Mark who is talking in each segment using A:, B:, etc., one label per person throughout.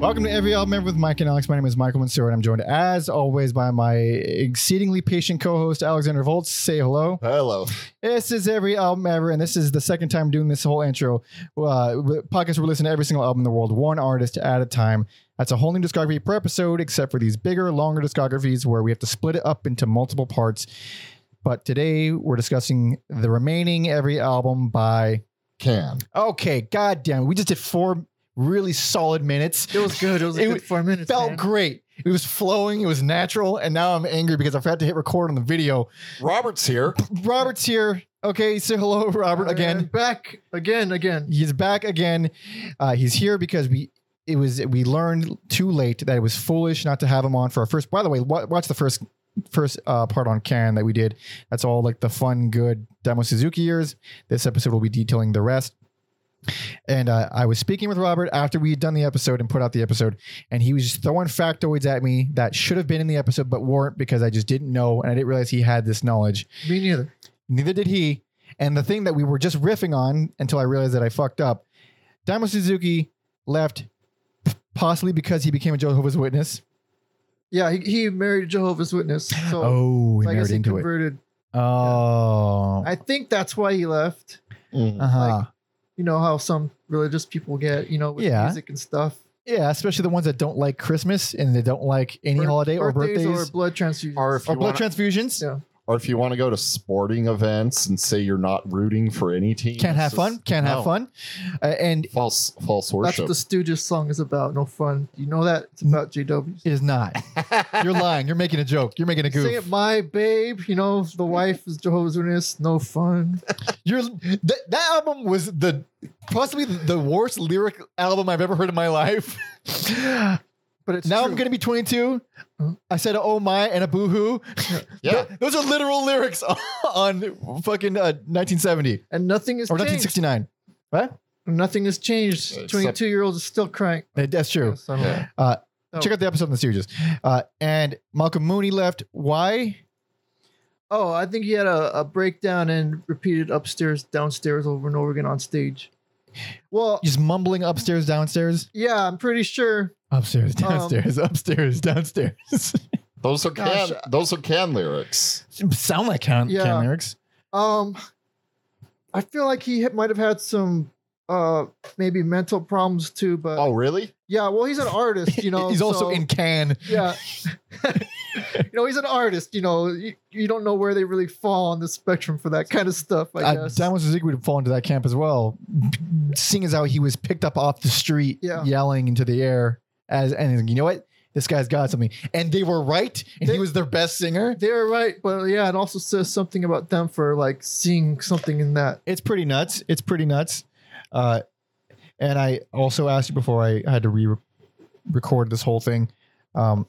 A: Welcome to Every Album Ever with Mike and Alex. My name is Michael Mansour, and I'm joined, as always, by my exceedingly patient co-host Alexander Volts. Say hello.
B: Hello.
A: This is Every Album Ever, and this is the second time doing this whole intro uh, podcast. We're listening to every single album in the world, one artist at a time. That's a whole new discography per episode, except for these bigger, longer discographies where we have to split it up into multiple parts. But today we're discussing the remaining Every Album by.
B: Can.
A: Okay, goddamn, we just did four really solid minutes.
C: It was good. It was a
A: It
C: good four minutes.
A: felt
C: man.
A: great. It was flowing. It was natural. And now I'm angry because I forgot to hit record on the video.
B: Robert's here.
A: Robert's here. Okay, say hello, Robert,
C: Uh,
A: again.
C: back again, again.
A: He's back again. Uh, he's here because we. It was we learned too late that it was foolish not to have him on for our first. By the way, wa- watch the first first uh, part on Can that we did. That's all like the fun, good Demo Suzuki years. This episode will be detailing the rest. And uh, I was speaking with Robert after we had done the episode and put out the episode, and he was just throwing factoids at me that should have been in the episode but weren't because I just didn't know and I didn't realize he had this knowledge.
C: Me neither.
A: Neither did he. And the thing that we were just riffing on until I realized that I fucked up. Daimo Suzuki left p- possibly because he became a Jehovah's Witness.
C: Yeah, he, he married a Jehovah's Witness. So
A: Oh, he
C: I guess
A: married
C: he
A: into it.
C: converted.
A: Oh.
C: I think that's why he left.
A: Uh-huh.
C: You know how some religious people get, you know, with
A: Yeah.
C: music and stuff.
A: yeah, especially the ones that don't like Christmas and they don't like any
C: Bir-
A: holiday or
C: birthdays
A: birthdays
C: or blood transfusions. Oh,
B: Or if
A: or
B: you
A: blood
B: want
A: transfusions.
C: Yeah.
B: or if you want to go to sporting events and say you're not rooting for any team.
A: Can't
B: it's
A: have
B: just-
A: fun. Can't
B: no.
A: have fun. Uh, and
B: False false
C: that's what
B: worship.
C: the Stooges song is about. No fun. You know that? It's about JWs.
A: it is not. You're lying. You're making a joke. You're making a
C: Sing it,
A: goof.
C: my babe. You know, the wife is Jehovah's Witness. No fun.
A: You're th- that album was the possibly the worst lyric album I've ever heard in my life.
C: But it's
A: now
C: true.
A: I'm gonna be 22.
C: Huh?
A: I said oh my and a boohoo.
B: yeah.
A: Th- those are literal lyrics on fucking uh, 1970
C: and nothing has
A: or
C: changed.
A: 1969. What?
C: Nothing has changed.
B: Except-
C: Twenty-two year old is still crying.
A: Uh, That's true.
C: So-
B: Yeah.
C: Oh.
A: Check out the episode on the Stooges. Uh, and Malcolm Mooney left. Why?
C: Oh, I think he had a, a breakdown and repeated upstairs, downstairs, over and over again on stage. Well,
A: Just mumbling upstairs, downstairs,
C: yeah, I'm pretty sure.
A: upstairs,
C: Um,
A: downstairs, upstairs, downstairs.
B: Those are
C: Gosh.
B: can those are can lyrics.
A: Sound like can,
C: Yeah.
A: can lyrics.
C: Um, I feel like he ha- might have had some uh maybe mental problems too. But
B: Oh really?
C: yeah, well, he's an artist, you know.
A: he's also
C: so-
A: in can.
C: Yeah. you know, he's an artist. You know, you, you don't know where they really fall on the spectrum for that kind of stuff. I
A: Uh,
C: guess.
A: Diamond Suzuki would fall into that camp as well, seeing as how he was picked up off the street,
C: Yeah.
A: yelling into the air as and he's like, you know what, this guy's got something, and they were right, and
C: They-
A: he was their best singer.
C: They're right, but yeah, it also says something about them for like seeing something in that.
A: It's pretty nuts. It's pretty nuts. Uh, and I also asked you before I had to re-record this whole thing. Um,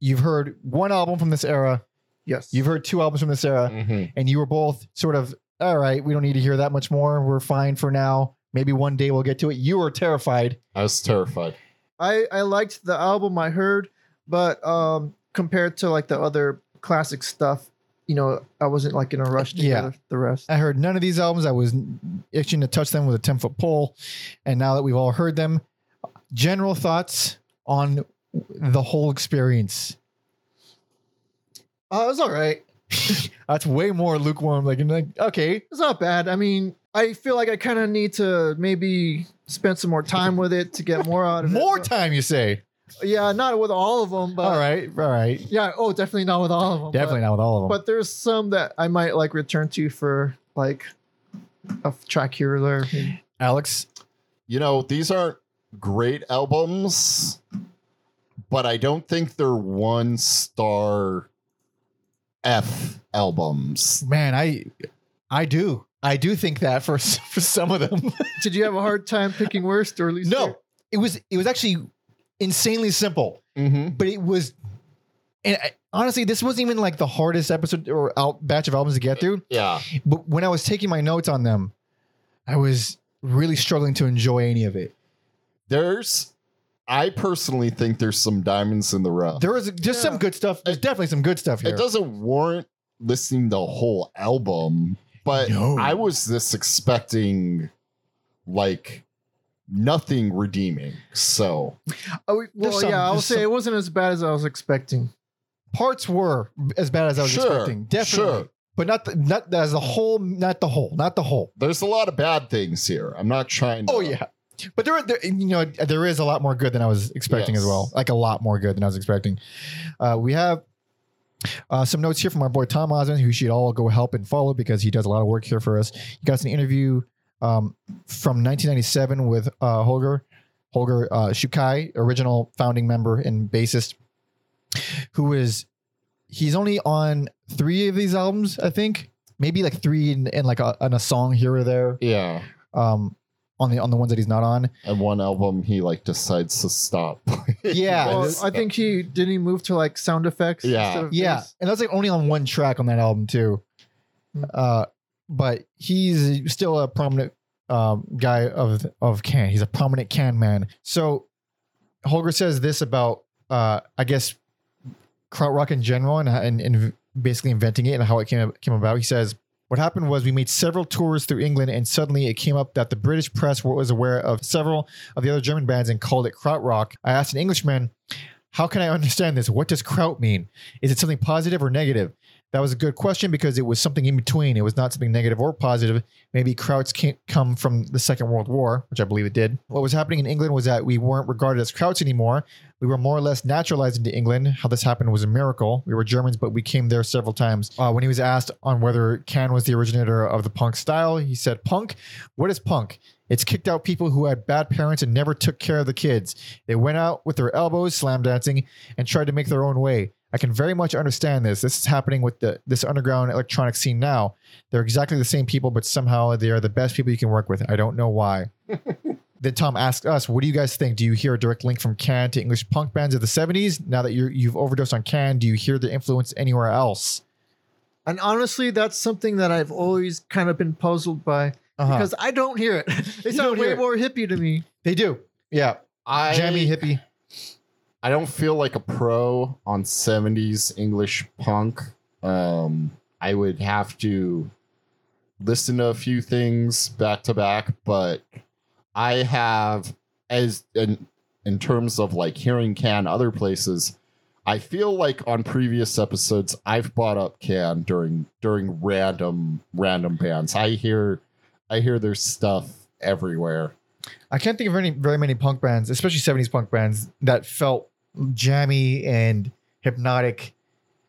A: you've heard one album from this era.
C: Yes,
A: You've heard two albums from this era.
B: Mhm.
A: and you were both sort of all right we don't need to hear that much more we're fine for now maybe one day we'll get to it you were terrified
B: I was terrified.
C: I I liked the album I heard, but um compared to like the other classic stuff, you know, I wasn't like in a rush to
A: Yeah.
C: hear the rest.
A: i heard none of these albums i was itching to touch them with a 10 foot pole and now that we've all heard them general thoughts on the whole experience
C: Oh, it was all right.
A: that's way more lukewarm like, and like okay
C: It's not bad. I mean, I feel like I kind of need to maybe spend some more time with it to get more out of
A: more
C: it.
A: time you say
C: Yeah, not with all of them, but
A: all right all right
C: yeah, oh, definitely not with all of them.
A: definitely not with all
C: But,
A: of them
C: but there's some that I might like return to for like a f- track here or there.
A: alex
B: You know, these aren't great albums, but I don't think they're one star F albums.
A: man i i do i do think that for s- for some of them
C: Did you have a hard time picking worst or least?
A: No,
C: favorite?
A: it was it was actually insanely simple,
B: Mm-hmm.
A: but it was. And I, honestly, this wasn't even like the hardest episode or out, batch of albums to get through.
B: Yeah.
A: But when I was taking my notes on them, I was really struggling to enjoy any of it.
B: There's I personally think there's some diamonds in the rough.
A: There was just
C: Yeah.
A: some good stuff. There's definitely some good stuff here.
B: It doesn't warrant listening the whole album, but
A: No.
B: I was just expecting like nothing redeeming. So
C: Oh, we- well,
A: some-
C: yeah, I'll
A: there's
C: say
A: some-
C: it wasn't as bad as I was expecting.
A: Parts were as bad as I was
B: Sure,
A: expecting, definitely,
B: sure.
A: but not the, not as the whole, not the whole, not the whole.
B: there's a lot of bad things here. I'm not trying. To,
A: Oh yeah, but there, there, you know, there is a lot more good than I was expecting as
B: Yes.
A: well. Like a lot more good than I was expecting. Uh, we have uh, some notes here from our boy Tom Osmond, who you should all go help and follow because he does a lot of work here for us. He got us an interview um, from 1997 with uh, Holger Holger uh, Shukai, original founding member and bassist, who is he's only on three of these albums, I think. Maybe like three and, and like a, and a song here or there
B: yeah.
A: um, on the on the ones that he's not on.
B: And one album, he like decides to stop.
A: Yeah,
C: Well,
A: this-
C: I think he didn't he move to like sound effects.
B: Yeah.
C: instead of
A: Yeah,
C: bass?
A: and that's like only on one track on that album too.
C: Hmm.
A: Uh, but he's still a prominent um, guy of of can. He's a prominent can man. So Holger says this about uh, I guess krautrock in general and, and and basically inventing it and how it came came about. He says. What happened was we made several tours through England, and suddenly it came up that the British press was aware of several of the other German bands and called it krautrock. I asked an Englishman, "How can I understand this? What does kraut mean? Is it something positive or negative? That was a good question because it was something in between. It was not something negative or positive. Maybe Krauts can't come from the Second World War, which I believe it did. What was happening in England was that we weren't regarded as Krauts anymore. We were more or less naturalized into England. How this happened was a miracle. We were Germans, but we came there several times. Uh, when he was asked on whether Can was the originator of the punk style, he said, Punk? What is punk? It's kicked out people who had bad parents and never took care of the kids. They went out with their elbows slam dancing and tried to make their own way. I can very much understand this. This is happening with the this underground electronic scene now. They're exactly the same people, but somehow they are the best people you can work with. I don't know why. then Tom asked us, "What do you guys think? Do you hear a direct link from Can to English punk bands of the '70s? Now that you're, you've overdosed on Can, do you hear the influence anywhere else?"
C: And honestly, that's something that I've always kind of been puzzled by
A: Uh-huh.
C: because I don't hear it. They
A: You don't
C: sound
A: hear
C: way
A: it.
C: more hippie to me.
A: they do, yeah.
B: I
A: Jammy hippie.
B: I don't feel like a pro on 70s English punk. Um, I would have to listen to a few things back to back, but I have as in, in terms of like hearing can other places, I feel like on previous episodes I've bought up can during during random random bands. I hear I hear their stuff everywhere.
A: I can't think of any very many punk bands, especially '70s punk bands, that felt jammy and hypnotic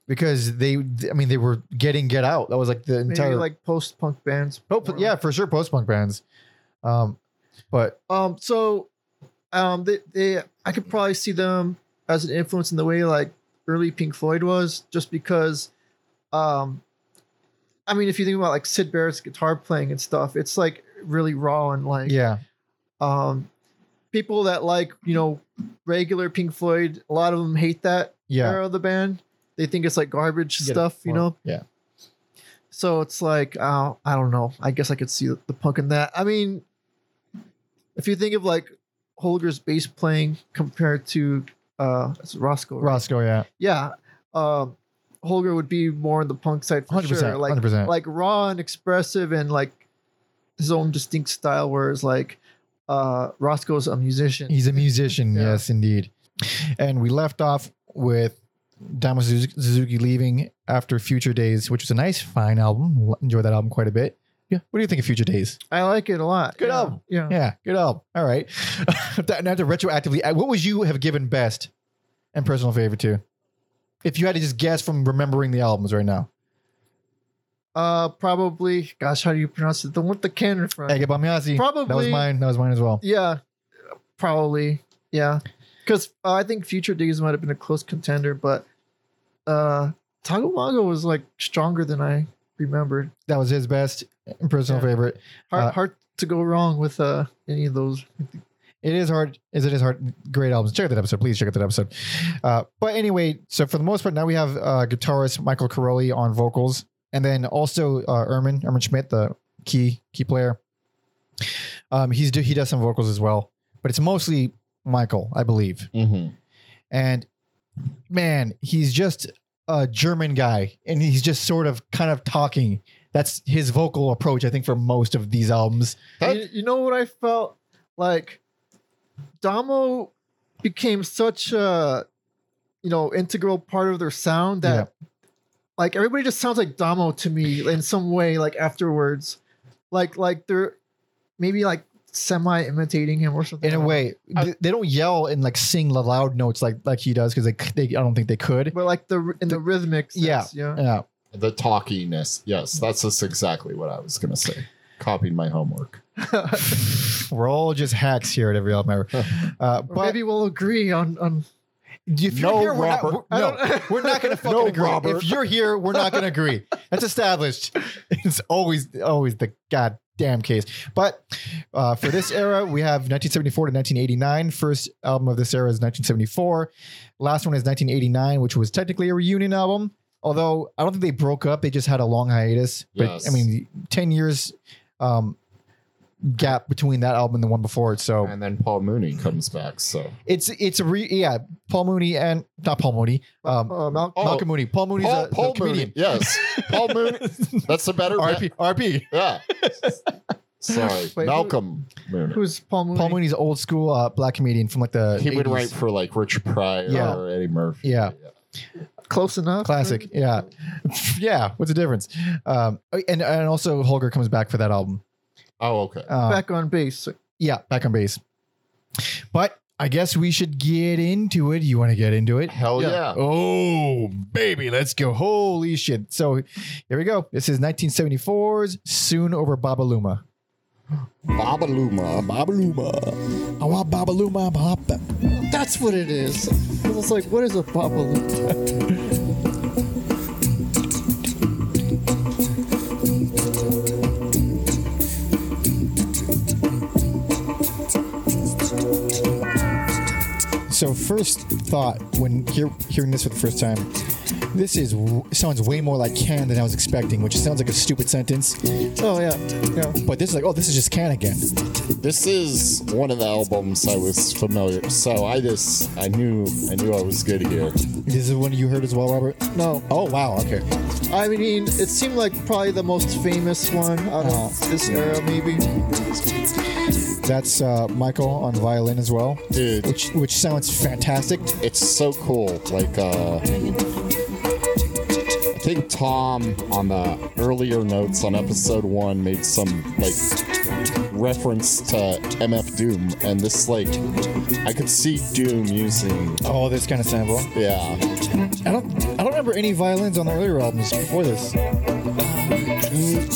A: because they, I mean, they were getting Get Out. That was like the
C: Maybe
A: entire, like,
C: like post punk bands. or-
A: yeah, for sure, post punk bands. Um, but
C: Um. So, um. They, they. I could probably see them as an influence in the way like early Pink Floyd was, just because, um, I mean, if you think about like Sid Barrett's guitar playing and stuff, it's like really raw and like,
A: yeah,
C: um, people that like you know regular Pink Floyd, a lot of them hate that
A: yeah,
C: era of the band. They think it's like garbage
A: Get it.
C: stuff, you know.
A: yeah.
C: So it's like uh, I don't know. I guess I could see the punk in that. I mean, if you think of like Holger's bass playing compared to uh it's Roscoe, right?
A: Roscoe, yeah,
C: yeah, um, Holger would be more on the punk side for
A: hundred
C: sure.
A: percent,
C: Like
A: hundred percent.
C: like raw and expressive and like his own distinct style. Whereas like uh Roscoe's a musician.
A: He's a musician,
C: Yeah.
A: yes, indeed. And we left off with Damo Suzu- Suzuki leaving after Future Days, which was a nice, fine album. Enjoyed that album quite a bit. Yeah, what do you think of Future Days?
C: I like it a lot.
A: Good
C: yeah.
A: album.
C: Yeah.
A: Yeah, good album. All right. That- Now to retroactively, uh, what would you have given best and personal favorite to? If you had to just guess from remembering the albums right now,
C: Uh, probably. Gosh, how do you pronounce it? The one with the can in front.
A: Ege Bamyazi. That was
C: Probably-
A: mine. That was mine as well.
C: Yeah, probably. Yeah, because uh, I think Future Days might have been a close contender, but uh, Tagamago was like stronger than I remembered.
A: That was his best and personal
C: Yeah.
A: favorite.
C: Hard,
A: Uh,
C: hard to go wrong with uh any of those.
A: It is hard. Is it is hard? Great albums. Check out that episode. Please check out that episode. Uh, but anyway, so for the most part, now we have uh, guitarist Michael Caroli on vocals, and then also uh, Ermin Ermin Schmidt, the key key player. Um, he's do, he does some vocals as well, but it's mostly Michael, I believe.
B: Mhm.
A: And man, he's just a German guy, and he's just sort of kind of talking. That's his vocal approach, I think, for most of these albums.
B: That-
C: You, you know what I felt like? Damo became such a you know integral part of their sound that like everybody just sounds like Damo to me in some way like afterwards like like they're maybe like semi imitating him or something
A: in a
C: I don't
A: way th- they don't yell and like sing the loud notes like like he does because they, c- they i don't think they could
C: know. but like the in the,
A: The-
C: rhythmic
A: yeah.
C: sense, yeah
A: yeah
B: The talkiness. Yes, that's just exactly what I was going to say. Copying my homework.
A: we're all just hacks here at every album ever uh
C: Or
A: but
C: maybe we'll agree on on
A: if you're
B: No,
A: here we're not,
B: Robert.
A: we're,
C: I
A: no,
C: don't-
A: we're not gonna fucking
B: No,
A: agree
B: Robert.
A: if you're here we're not gonna agree that's established it's always always the goddamn case but uh for this era we have 1974 to 1989 first album of this era is 1974 last one is 1989 which was technically a reunion album although i don't think they broke up they just had a long hiatus but
B: Yes.
A: i mean 10 years um gap between that album and the one before it so
B: And then Paul Mooney comes back. So
A: it's it's a re yeah paul mooney and not paul mooney um
C: uh, Mal-
B: Oh,
A: malcolm mooney paul mooney's
B: Paul,
A: a,
B: Paul
A: a comedian
B: Mooney. Yes, Paul Mooney. That's a better
A: rp rp
B: Yeah. Sorry,
C: Wait, who-
B: Malcolm Mooney. Uh,
C: who's Paul Mooney?
A: paul mooney's old school uh black comedian from like the
B: he would
A: 80s.
B: write for like Rich Pryor
A: Yeah.
B: or Eddie Murphy.
A: Yeah.
C: close enough
A: classic
C: maybe?
A: yeah yeah what's the difference um and and also holger comes back for that album
B: Oh, okay.
A: um,
C: back on base
A: yeah back on bass but i guess we should get into it you want to get into it
B: Hell
C: yeah.
B: yeah.
A: Oh, baby, let's go. Holy shit. So here we go. This is 1974's Soon Over Babaluma.
D: Babaluma, Babaluma. I want Babaluma, Bab.
C: That's what it is. I was like, what is a bubble?
A: So first thought when hear, hearing this for the first time, this is w- sounds way more like can than I was expecting, which sounds like a stupid sentence.
C: Oh yeah, yeah.
A: But this is like, oh, this is just can again.
B: This is one of the albums I was familiar. So I just I knew I knew I was good here.
A: This is one you heard as well, Robert.
C: No,
A: Oh wow, okay.
C: I mean, it seemed like probably the most famous one out of
A: Oh,
C: this
A: yeah.
C: era, maybe.
A: That's uh, Michael on violin as well,
B: Dude.
A: Which which sounds fantastic.
B: It's so cool. Like uh I think Tom on the earlier notes on episode 1 made some like reference to MF Doom and this like I could see Doom using
A: Oh, this kind of sample.
B: yeah.
A: I don't I don't remember any violins on the earlier albums before this.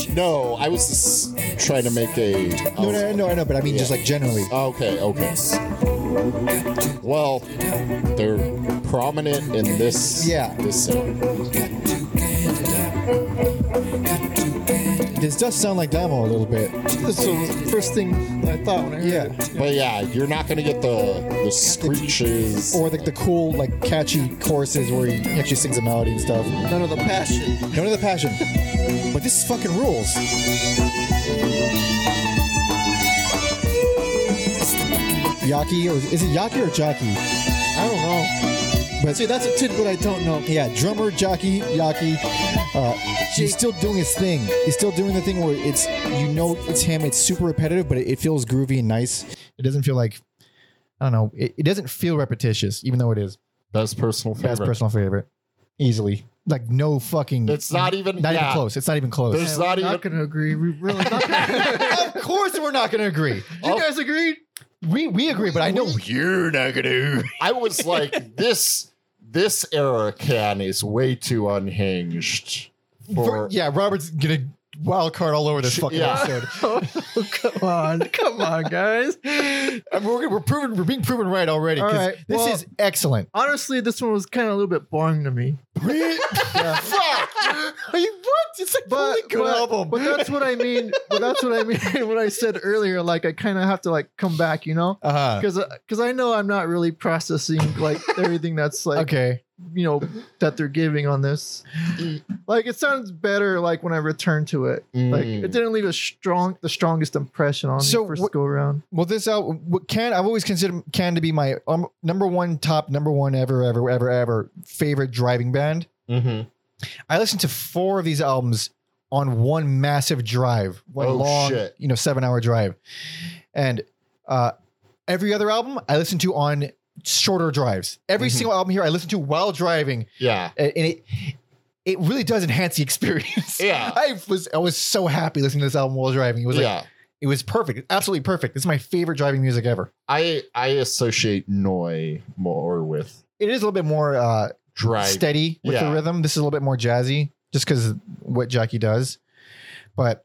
B: No, I was just trying to make a
A: No,
B: oh,
A: no, no, I know, but I mean just like generally.
B: Okay, okay. Well, they're prominent in this.
A: Yeah.
B: This. era.
A: This does sound like Damo a little bit.
C: This was the first thing I thought when I heard
A: Yeah.
C: it.
B: But yeah, you're not gonna get the the screeches.
A: Or like the cool, like catchy choruses where he actually sings a melody and stuff.
C: None of the passion.
A: None of the passion. But this fucking rules. Yaki, or is it Yaki or Jockey?
C: I don't know.
A: But
C: See, that's a tidbit I don't know.
A: yeah, drummer Jockey Yaki. Uh, he's still doing his thing. He's still doing the thing where it's you know it's him. It's super repetitive, but it, it feels groovy and nice. It doesn't feel like I don't know. It, it doesn't feel repetitious, even though it is.
B: best personal favorite.
A: Best personal favorite, easily. Like no fucking.
B: It's not even.
A: not
B: yeah.
A: even close. It's not even close.
B: There's- It's not
C: we're
B: even-
C: not gonna agree. We really not.
A: of course, we're not going to agree.
C: you guys agreed?
A: We we agree, but I know
B: You're not gonna. I was like this. This era can is way too unhinged. For,
A: yeah, Robert's going to wild card all over this fucking
B: Yeah.
A: episode.
C: Oh, come on, come on, guys.
A: I mean, we're, we're proven we're being proven right already. 'cause
C: All right,
A: this
C: well-
A: is excellent.
C: Honestly, this one was kind of a little bit boring to me. Yeah.
B: Fuck!
A: Are you what? It's like
C: But,
A: really good
C: but,
A: album.
C: but that's what I mean. But that's what I mean. What I said earlier, like I kind of have to like come back, you know.
A: uh-huh.
C: because because I know I'm not really processing like everything that's like
A: okay.
C: you know that they're giving on this. Like it sounds better like when I return to it. Like
B: Mm.
C: it didn't leave a strong the strongest impression on
A: So
C: the first
A: what-
C: go around.
A: Well, this album what can I've always considered can to be my um, number one top number one ever ever ever ever favorite driving band.
B: Mhm.
A: I listened to four of these albums on one massive drive, one
B: Oh,
A: long,
B: shit.
A: you know, seven hour drive. And uh, Every other album I listen to on shorter drives. Every
B: Mhm.
A: single album here I listen to while driving,
B: Yeah.
A: and and it it really does enhance the experience.
B: Yeah.
A: I was I was so happy listening to this album while driving. It was like
B: yeah.
A: it was perfect, absolutely perfect. It's my favorite driving music ever.
B: I I associate Noi more with
A: It is a little bit more uh,
B: drive.
A: steady with the
B: Yeah.
A: rhythm. This is a little bit more jazzy, just because what Jackie does. But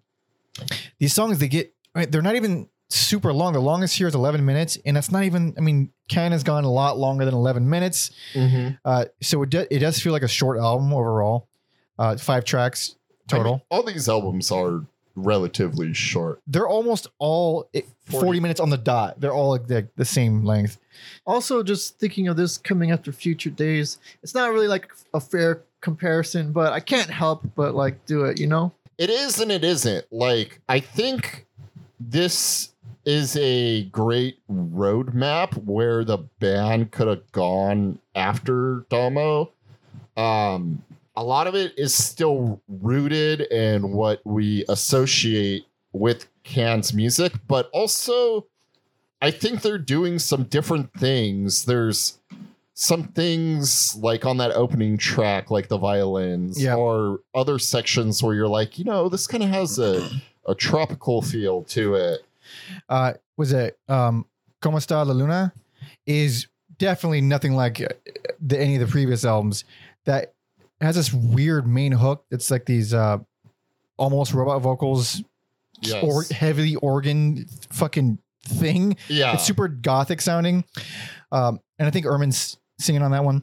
A: these songs, they get I mean, they're not even super long. The longest here is eleven minutes, and that's not even. I mean, Can has gone a lot longer than eleven minutes.
B: Mhm.
A: Uh, so it do, it does feel like a short album overall. Uh, five tracks total.
B: I mean, all these albums are relatively short.
A: they're almost all it- 40.
B: 40.
A: minutes on the dot. They're all like the, the same length.
C: Also, just thinking of this coming after future days, it's not really like a fair comparison, but I can't help but like do it, you know?
B: It is and it isn't. Like I think this is a great roadmap where the band could have gone after Domo. Um, a lot of it is still rooted in what we associate with Can's music, but also I think they're doing some different things. There's some things like on that opening track, like the violins,
A: Yeah.
B: or other sections where you're like, you know, this kind of has a, a tropical feel to it.
A: Uh, was it um, Como Esta La Luna? Is definitely nothing like uh, the, any of the previous albums. That has this weird main hook. It's like these uh, almost robot vocals,
B: Yes.
A: or heavily organ fucking thing.
B: yeah.
A: It's super gothic sounding. Um, and I think Erman's singing on that one.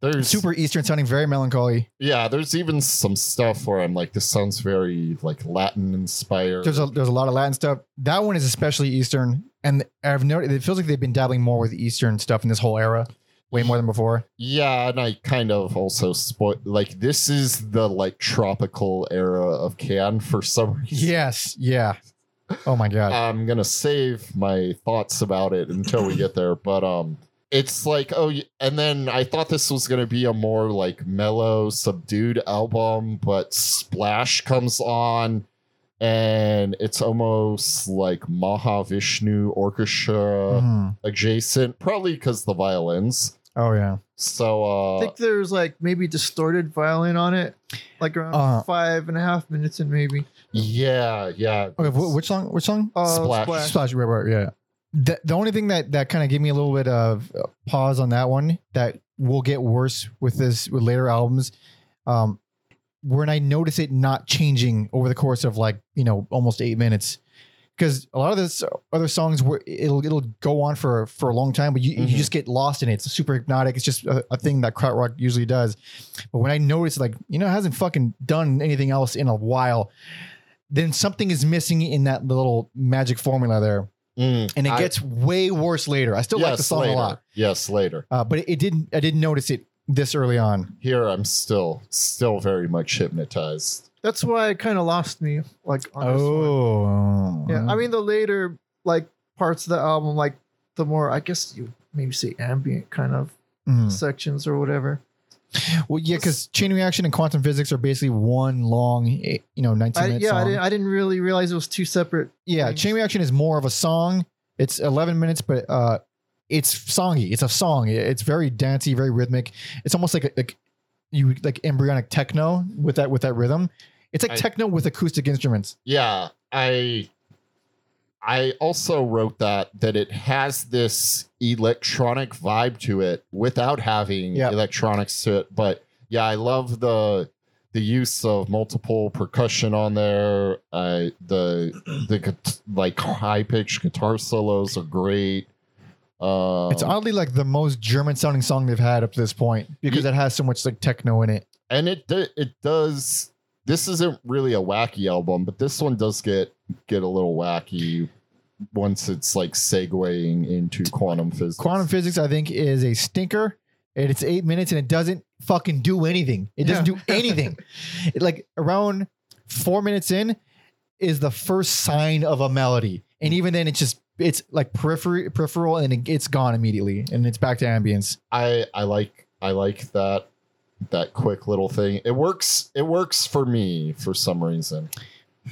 B: there's
A: Super Eastern sounding, very melancholy.
B: yeah, there's even some stuff where I'm like, this sounds very like Latin inspired.
A: There's a there's a lot of Latin stuff. That one is especially Eastern, and I've noticed it feels like they've been dabbling more with Eastern stuff in this whole era, way more than before.
B: Yeah, and I kind of also spoil like this is the like tropical era of Can for some reason.
A: Yes, yeah. Oh my god.
B: I'm gonna save my thoughts about it until we get there, but um, it's like oh, y- and then I thought this was gonna be a more like mellow, subdued album, but Splash comes on, and it's almost like Mahavishnu orchestra
A: Mhm.
B: adjacent, probably because the violins.
A: Oh yeah.
B: So
C: I
B: uh,
C: think there's like maybe distorted violin on it, like around
A: Uh.
C: five and a half minutes in maybe.
B: yeah, yeah.
A: Okay. Wh- which song? Which song?
C: Uh,
B: Splash.
C: splash.
A: Splash. Right, right, yeah. The, the only thing that that kind of gave me a little bit of uh, pause on that one that will get worse with this with later albums, um, when I notice it not changing over the course of like you know almost eight minutes, because a lot of this other songs where it'll it'll go on for for a long time, but you, you
B: Mhm.
A: just get lost in it. It's super hypnotic. It's just a, a thing that krautrock usually does. But when I notice like you know it hasn't fucking done anything else in a while, then something is missing in that little magic formula there,
B: Mm,
A: and it
B: I-
A: gets way worse later. I still like the
B: yes,
A: song
B: later.
A: a lot,
B: Yes, later.
A: uh, but it, it didn't. I didn't notice it this early on.
B: Here I'm still still very much hypnotized.
C: That's why it kind of lost me. Like, on this one.
A: Oh,
C: Yeah, I mean the later like parts of the album, like the more I guess you maybe say ambient kind of
A: Mm.
C: sections or whatever.
A: Well, yeah, because chain reaction and quantum physics are basically one long, eh, you know, 19
C: I,
A: minute
C: yeah, I
A: song.
C: didn't, I didn't really realize it was two separate.
A: yeah,
C: things.
A: chain reaction is more of a song. It's 11 minutes, but uh, it's songy. It's a song. It- It's very dancey, very rhythmic. It's almost like a, like you like embryonic techno with that with that rhythm. It's like
B: I-
A: techno with acoustic instruments.
B: Yeah, I I also wrote that that it has this electronic vibe to it without having
A: Yeah.
B: electronics to it. But yeah, I love the the use of multiple percussion on there. Uh, the the gu- like high pitched guitar solos are great. Um,
A: it's oddly like the most German sounding song they've had up to this point because it has so much like techno in it.
B: and it do- it does this isn't really a wacky album but this one does get get a little wacky once it's like segueing into quantum physics
A: Quantum physics, I think, is a stinker. And it's eight minutes and it doesn't fucking do anything. It doesn't
C: Yeah.
A: do anything. It, like around four minutes in is the first sign of a melody. And even then it's just it's like periphery peripheral and it, it's gone immediately and it's back to ambience.
B: i i like i like that that quick little thing it works it works for me for some reason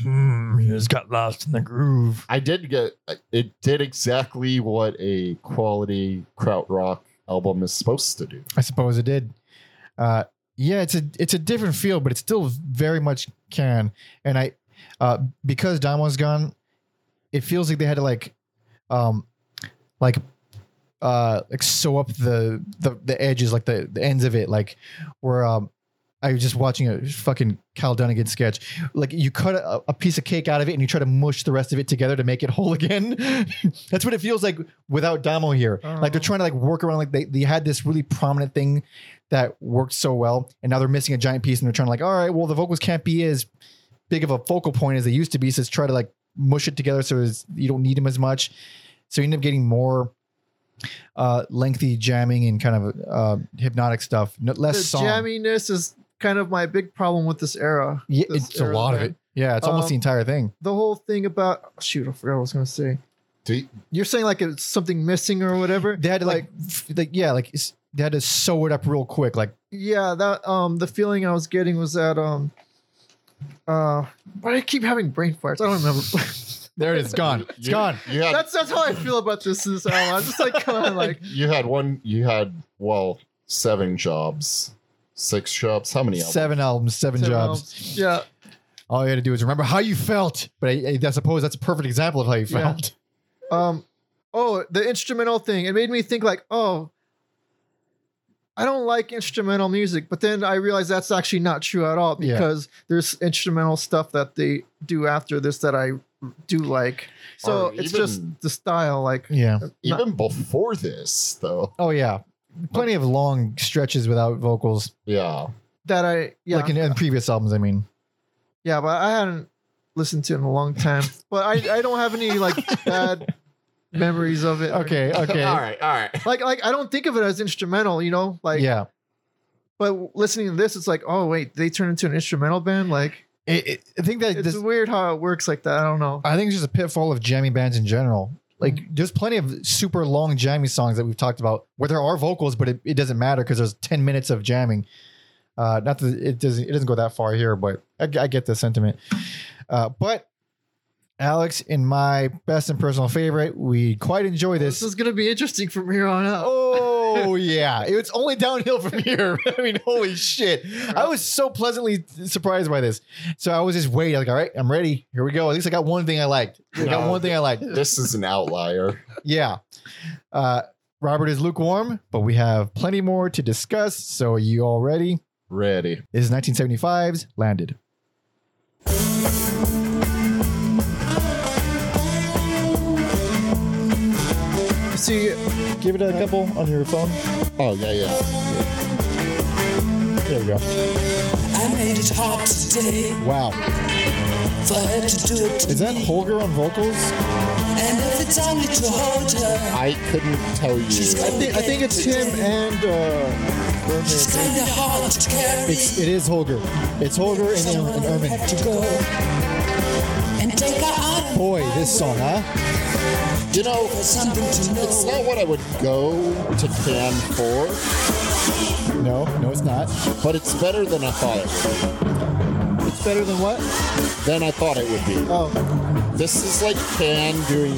A: Hmm, you just got lost in the groove.
B: I did get it did exactly what a quality krautrock album is supposed to do.
A: I suppose it did. Uh, yeah, it's a it's a different feel, but it's still very much can. And I, uh, because Don was gone, it feels like they had to like, um, like, uh, like sew up the the the edges, like the the ends of it, like where um. I was just watching a fucking Kyle Dunnigan sketch. Like you cut a, a piece of cake out of it and you try to mush the rest of it together to make it whole again. That's what it feels like without Damo here. Like they're
C: Oh.
A: trying to like work around. Like they, they had this really prominent thing that worked so well, and now they're missing a giant piece, and they're trying to like, all right, well the vocals can't be as big of a focal point as they used to be, so let's try to like mush it together so it's, you don't need them as much. So you end up getting more uh lengthy jamming and kind of uh hypnotic stuff, no, less
C: the
A: song.
C: jamminess is kind of my big problem with this era.
A: Yeah,
C: this
A: it's a
C: era
A: lot of
C: band.
A: it. Yeah, it's almost
C: Um,
A: the entire thing.
C: The whole thing about shoot, I forgot what I was gonna say.
B: Do you-
C: You're saying like it's something missing or whatever.
A: They had to like, f- like yeah, like it's, they had to sew it up real quick. Like
C: yeah, that um the feeling I was getting was that um uh why do I keep having brain farts? I don't remember.
A: there it is, gone. It's
B: you-
A: gone.
B: You had
C: that's that's how I feel about this this album. I'm just like kind of like
B: you had one. You had well seven jobs, six jobs. How many? albums?
A: Seven albums, seven,
C: you know,
A: jobs.
C: um, Yeah.
A: All you had to do is remember how you felt. But I, I suppose that's a perfect example of how you
C: Yeah.
A: felt.
C: Um, oh, the instrumental thing. It made me think like, oh, I don't like instrumental music, but then I realized that's actually not true at all
A: Yeah.
C: because there's instrumental stuff that they do after this that I do like. So
B: Or
C: it's
B: even-
C: just the style, like
A: Yeah.
B: Even before this, though.
A: Oh yeah. Plenty of long stretches without vocals,
B: Yeah.
C: that I yeah
A: like in, in previous albums. I mean,
C: yeah, but I hadn't listened to it in a long time. but I I don't have any like bad memories of it.
A: okay, okay,
B: all right. All right.
C: Like like I don't think of it as instrumental, you know. Like
A: yeah.
C: but listening to this, it's like, oh wait, they turn into an instrumental band. Like
A: It, it- I think that
C: it's
A: this,
C: weird how it works like that. I don't know.
A: I think it's just a pitfall of jammy bands in general. Like, there's plenty of super long jammy songs that we've talked about where there are vocals, but it, it doesn't matter because there's 10 minutes of jamming. Uh, not that it doesn't it doesn't go that far here, but I, I get the sentiment. Uh, but Alex, in my best and personal favorite, we quite enjoy
C: This
A: this.
C: is gonna be interesting from here on out.
A: Oh yeah, it's only downhill from here. I mean, holy shit! I was so pleasantly surprised by this. So I was just waiting. Like, all right, I'm ready. Here we go. At least I got one thing I liked. I got
B: No.
A: one thing I liked.
B: This is an outlier.
A: Yeah. Uh, Robert is lukewarm, but we have plenty more to discuss. So are you all ready?
B: Ready.
A: This is 1975's Landed.
C: See,
A: Oh, Give it a couple on your phone.
B: Oh yeah, yeah.
A: There we go.
E: I made it hard today
A: Wow.
E: for her to do it to
A: Is that
E: me.
A: Holger on vocals?
E: And every time that you hold her,
B: I couldn't tell
E: She's
B: you.
E: got-
C: I think, I think it's him and uh,
E: it's
C: Berman.
E: kinda hard to carry.
A: It's, it is Holger. It's Holger and,
E: Someone
A: and
E: will
A: Ermin.
E: have to go and take her out
A: Boy, this song, huh?
B: You know,
E: for something to
B: it's
E: know.
B: not what I would go to Can for,
A: No, no, it's not.
B: but it's better than I thought it would.
C: It's better than what?
B: Than I thought it would be.
C: Oh,
B: This is like Can doing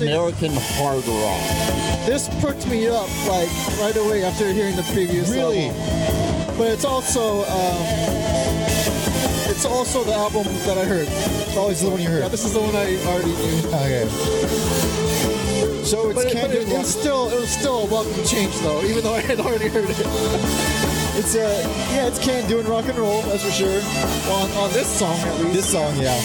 B: American hard rock.
C: this perked me up like right away after hearing the previous
A: Really?
C: album. But it's also um, it's also the album that I heard.
A: Oh, it's the one you
C: Yeah,
A: heard.
C: this is the one I already knew.
A: Okay. So it's
C: But, it,
A: Can't
C: but
A: Do
C: it, it was still it was still a welcome change though, even though I had already heard it
A: It's uh, yeah, it's Can't Do Rock and Roll, that's for sure.
C: on, on this song at least.
A: This song, yeah.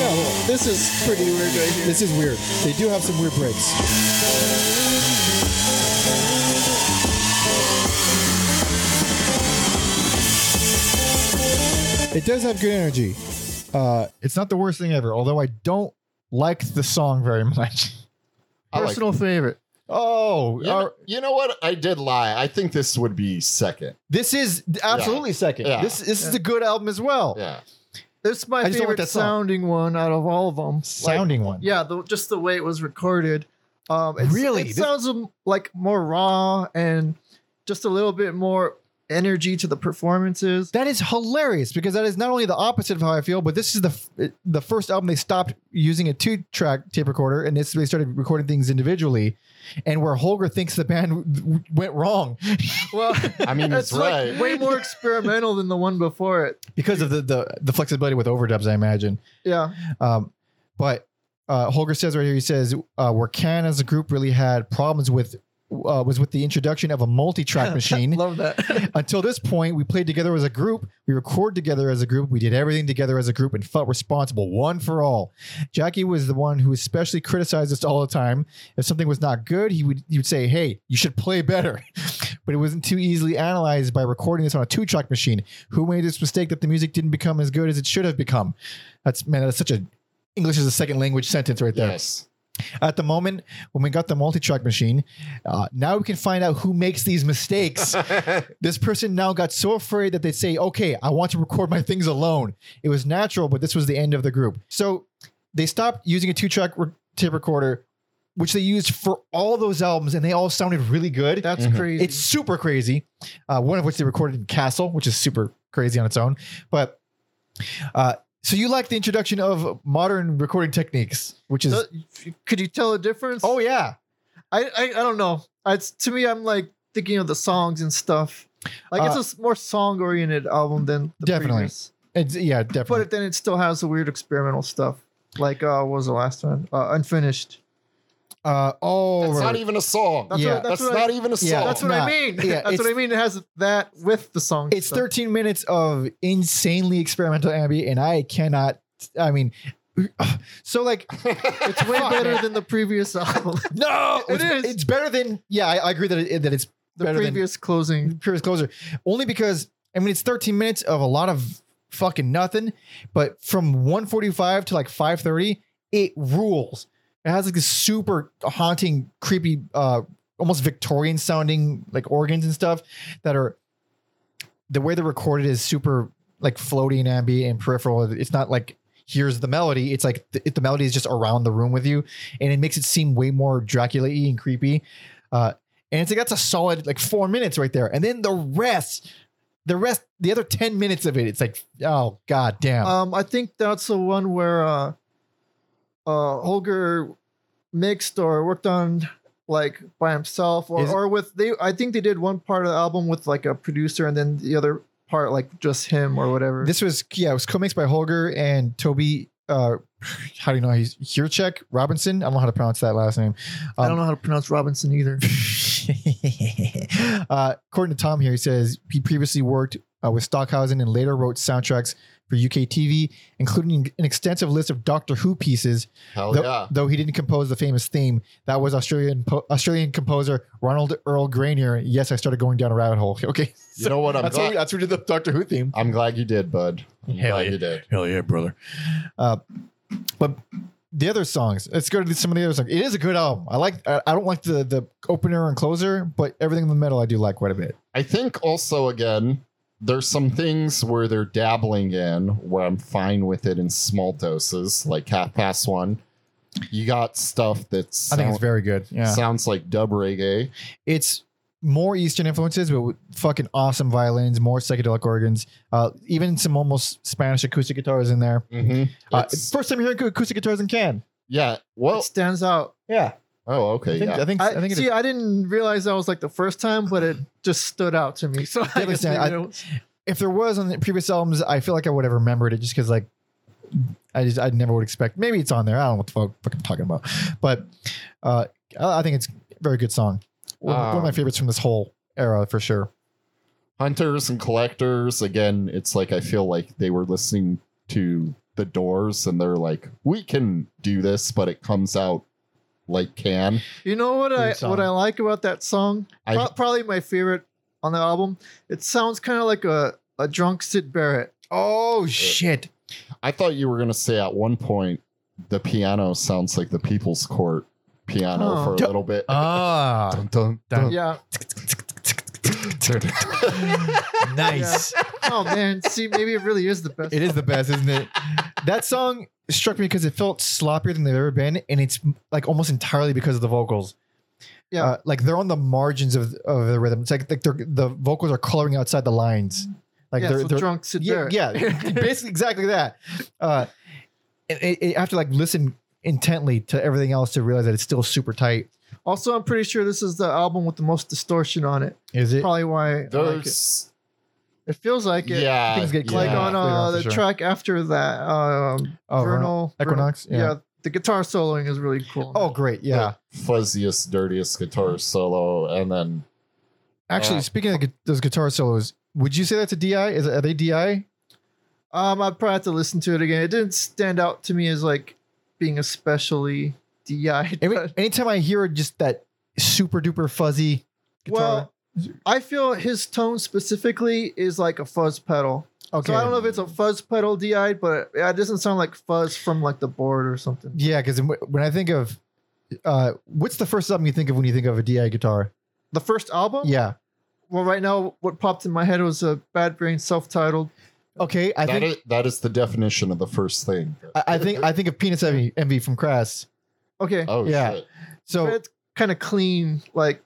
C: Yeah, this is pretty weird right here.
A: This is weird. They do have some weird breaks. It does have good energy. Uh, it's not the worst thing ever, although I don't like the song very much.
B: I like-
C: favorite.
A: Oh,
B: You know,
A: our-
B: you know what? I did lie. I think this would be second.
A: this is absolutely second.
B: Yeah.
A: This this is a good album as well.
B: Yeah.
C: This is my
A: I just don't like
C: favorite
A: that song.
C: sounding one out of all of them.
A: Sounding one.
C: yeah, the, just the way it was recorded. Um, it's,
A: Really?
C: it
A: This-
C: sounds um, like more raw and just a little bit more energy to the performances.
A: That is hilarious because that is not only the opposite of how I feel, but this is the f- the first album they stopped using a two track tape recorder and this they started recording things individually, and where Holger thinks the band w- w- went wrong
C: Well,
B: I mean,
C: it's
B: it's right.
C: like way more experimental than the one before it.
A: because of the the, the flexibility with overdubs, I imagine.
C: Yeah.
A: Um, but uh, Holger says right here, he says uh, where Can as a group really had problems with uh, was with the introduction of a multi track machine.
C: Love that.
A: Until this point, we played together as a group, we record together as a group, we did everything together as a group, and felt responsible one for all. Jackie was the one who especially criticized us all the time. If something was not good, he would he would say, "Hey, you should play better." but it wasn't too easily analyzed by recording this on a two track machine. Who made this mistake that the music didn't become as good as it should have become? That's man, that's such a English is a second language sentence right there.
B: Yes.
A: At the moment, when we got the multi track machine, uh, now we can find out who makes these mistakes. this person now got so afraid that they say, okay, I want to record my things alone. It was natural, but this was the end of the group. So they stopped using a two track tape recorder, which they used for all those albums, and they all sounded really good.
C: That's
B: Mhm.
C: crazy.
A: It's super crazy. Uh, one of which they recorded in Castle, which is super crazy on its own. But uh, so you like the introduction of modern recording techniques, which is
C: So, could you tell a difference?
A: oh yeah,
C: I, I I don't know. It's to me, I'm like thinking of the songs and stuff. Like it's
A: Uh,
C: a s- more song oriented album than the
A: Definitely.
C: previous.
A: it's, yeah, definitely.
C: But then it still has the weird experimental stuff. Like uh, what was the last one? Uh, Unfinished.
A: uh, oh,
B: It's
A: right.
B: not even a song.
C: That's
A: Yeah.
C: what,
B: That's,
C: that's, what
B: not
C: I,
B: even a song.
A: Yeah.
C: that's what
A: Nah.
C: I mean.
A: Yeah,
C: that's what
A: it's-
C: I mean. It has that with the song.
A: it's
C: stuff.
A: 13 minutes of insanely experimental ambient, and I cannot. I mean, so like
C: It's way
A: Fuck,
C: better
A: man.
C: than the previous album.
A: no,
C: It
A: it's,
C: is.
A: It's better than yeah. I, I agree that it, that it's
C: the
A: Better than-
C: previous closing.
A: previous closer only because I mean it's 13 minutes of a lot of fucking nothing, but from 145 to like 530, it rules. It has like this super haunting, creepy, uh, almost Victorian sounding like organs and stuff that are the way they're recorded is super like floaty and ambient and peripheral. It's not like here's the melody. It's like the, the melody is just around the room with you, and it makes it seem way more Dracula y and creepy. Uh, and it's like that's a solid like four minutes right there, and then the rest, the rest, the other ten minutes of it, it's like oh god damn.
C: Um, I think that's the one where uh, uh, Holger mixed or worked on like by himself or,
A: Is-
C: or with they. I think they did one part of the album with like a producer and then the other part like just him or whatever.
A: this was yeah, it was co-mixed by Holger and Toby. Uh, how do you know he's Hurchek Robinson? I don't know how to pronounce that last name.
C: I don't know how to pronounce Robinson either.
A: uh, according to Tom here, he says he previously worked uh, with Stockhausen and later wrote soundtracks for UK TV, including an extensive list of Doctor Who pieces.
B: Hell
A: though,
B: yeah.
A: though he didn't compose the famous theme, that was Australian po- Australian composer Ronald Earl Granier. Yes, I started going down a rabbit hole. Okay,
B: You know what? I'm
A: that's, who,
B: glad,
A: that's who did the Doctor Who theme.
B: I'm glad you did, bud. I'm
A: Hell
B: glad
A: yeah.
B: you did.
A: Hell yeah, brother. Uh, but the other songs, let's go to some of the other songs. It is a good album. I like. I I don't like the the opener and closer, but everything in the middle I do like quite a bit.
B: I think also again, there's some things where they're dabbling in where I'm fine with it in small doses, like half past one. You got stuff that
A: I think it's
B: sound-
A: very good. Yeah,
B: sounds like dub reggae.
A: it's more Eastern influences, but with fucking awesome violins, more psychedelic organs, uh, even some almost Spanish acoustic guitars in there. Uh,
B: It's-
A: first time hearing acoustic guitars in Can.
B: yeah. Well.
C: it stands out.
A: Yeah,
B: Oh,
A: I
B: okay.
A: think
B: Yeah.
A: I think I,
C: I,
A: think it
C: see, I didn't realize that was like the first time, but it just stood out to me. So I
A: but
C: guess
A: see,
C: maybe
A: I-
C: it was-
A: if there was on the previous albums, I feel like I would have remembered it just because like I just I never would expect. Maybe it's on there. I don't know what the fuck, fuck I'm talking about, but uh, I I think it's a very good song. One, one of my
B: Um,
A: favorites from this whole era for sure.
B: hunters and collectors again it's like i feel like they were listening to the doors and they're like we can do this but it comes out like can
C: You know what I
A: Great song.
C: what I like about that song?
B: I-
C: Pro- probably my favorite on the album. It sounds kind of like a, a drunk Sid Barrett.
A: Oh shit!
B: i thought you were going to say at one point the piano sounds like the people's court piano
C: Oh.
B: for a
A: Duh.
B: little bit
A: Ah,
B: Dun, dun, dun.
C: Yeah.
A: nice.
C: Oh man. See, maybe it really is the best.
A: It is the best, isn't it? That song struck me because it felt sloppier than they've ever been, and it's like almost entirely because of the vocals.
C: Yeah.
A: uh, like they're on the margins of of the rhythm. It's like like they're, the vocals are coloring outside the lines. Like
C: Mm. yeah,
A: they're,
C: so
A: they're
C: drunk Sid
A: yeah,
C: Barrett.
A: yeah, basically exactly that. Uh, and it, it, I have to like listen intently to everything else to realize that it's still super tight.
C: Also, I'm pretty sure this is the album with the most distortion on it.
A: Is it?
C: Probably why I like it.
B: Those,
C: It feels like it.
B: yeah,
A: things get
C: Like
A: Yeah,
C: on
A: later
C: uh,
A: on for
C: the
A: sure.
C: track after that, um,
A: Oh,
C: Vernal,
A: Equinox?
C: Vernal-
A: Yeah.
C: Yeah. the guitar soloing is really cool.
A: Oh, great! Yeah.
B: the fuzziest, dirtiest guitar solo, and then
A: Actually,
B: Yeah.
A: speaking of gu- those guitar solos, would you say that's a DI? Is are they DI?
C: Um, I'd probably have to listen to it again. It didn't stand out to me as like being especially DI.
A: Every,
C: but-
A: anytime I hear just that super duper fuzzy guitar.
C: Well, I feel his tone specifically is like a fuzz pedal.
A: okay.
C: So I don't know if it's a fuzz pedal DI, but yeah, it doesn't sound like fuzz from like the board or something.
A: yeah, because when I think of, uh, what's the first album you think of when you think of a DI guitar?
C: The first album?
A: Yeah.
C: Well, right now, what popped in my head was a Bad Brain self-titled.
A: Okay, I
B: that
A: think
B: is- that is the definition of the first thing.
A: I, I think I think of Penis Envy, Envy from Crass.
C: Okay,
B: oh
A: yeah.
B: shit.
A: So
C: but it's kind of clean. Like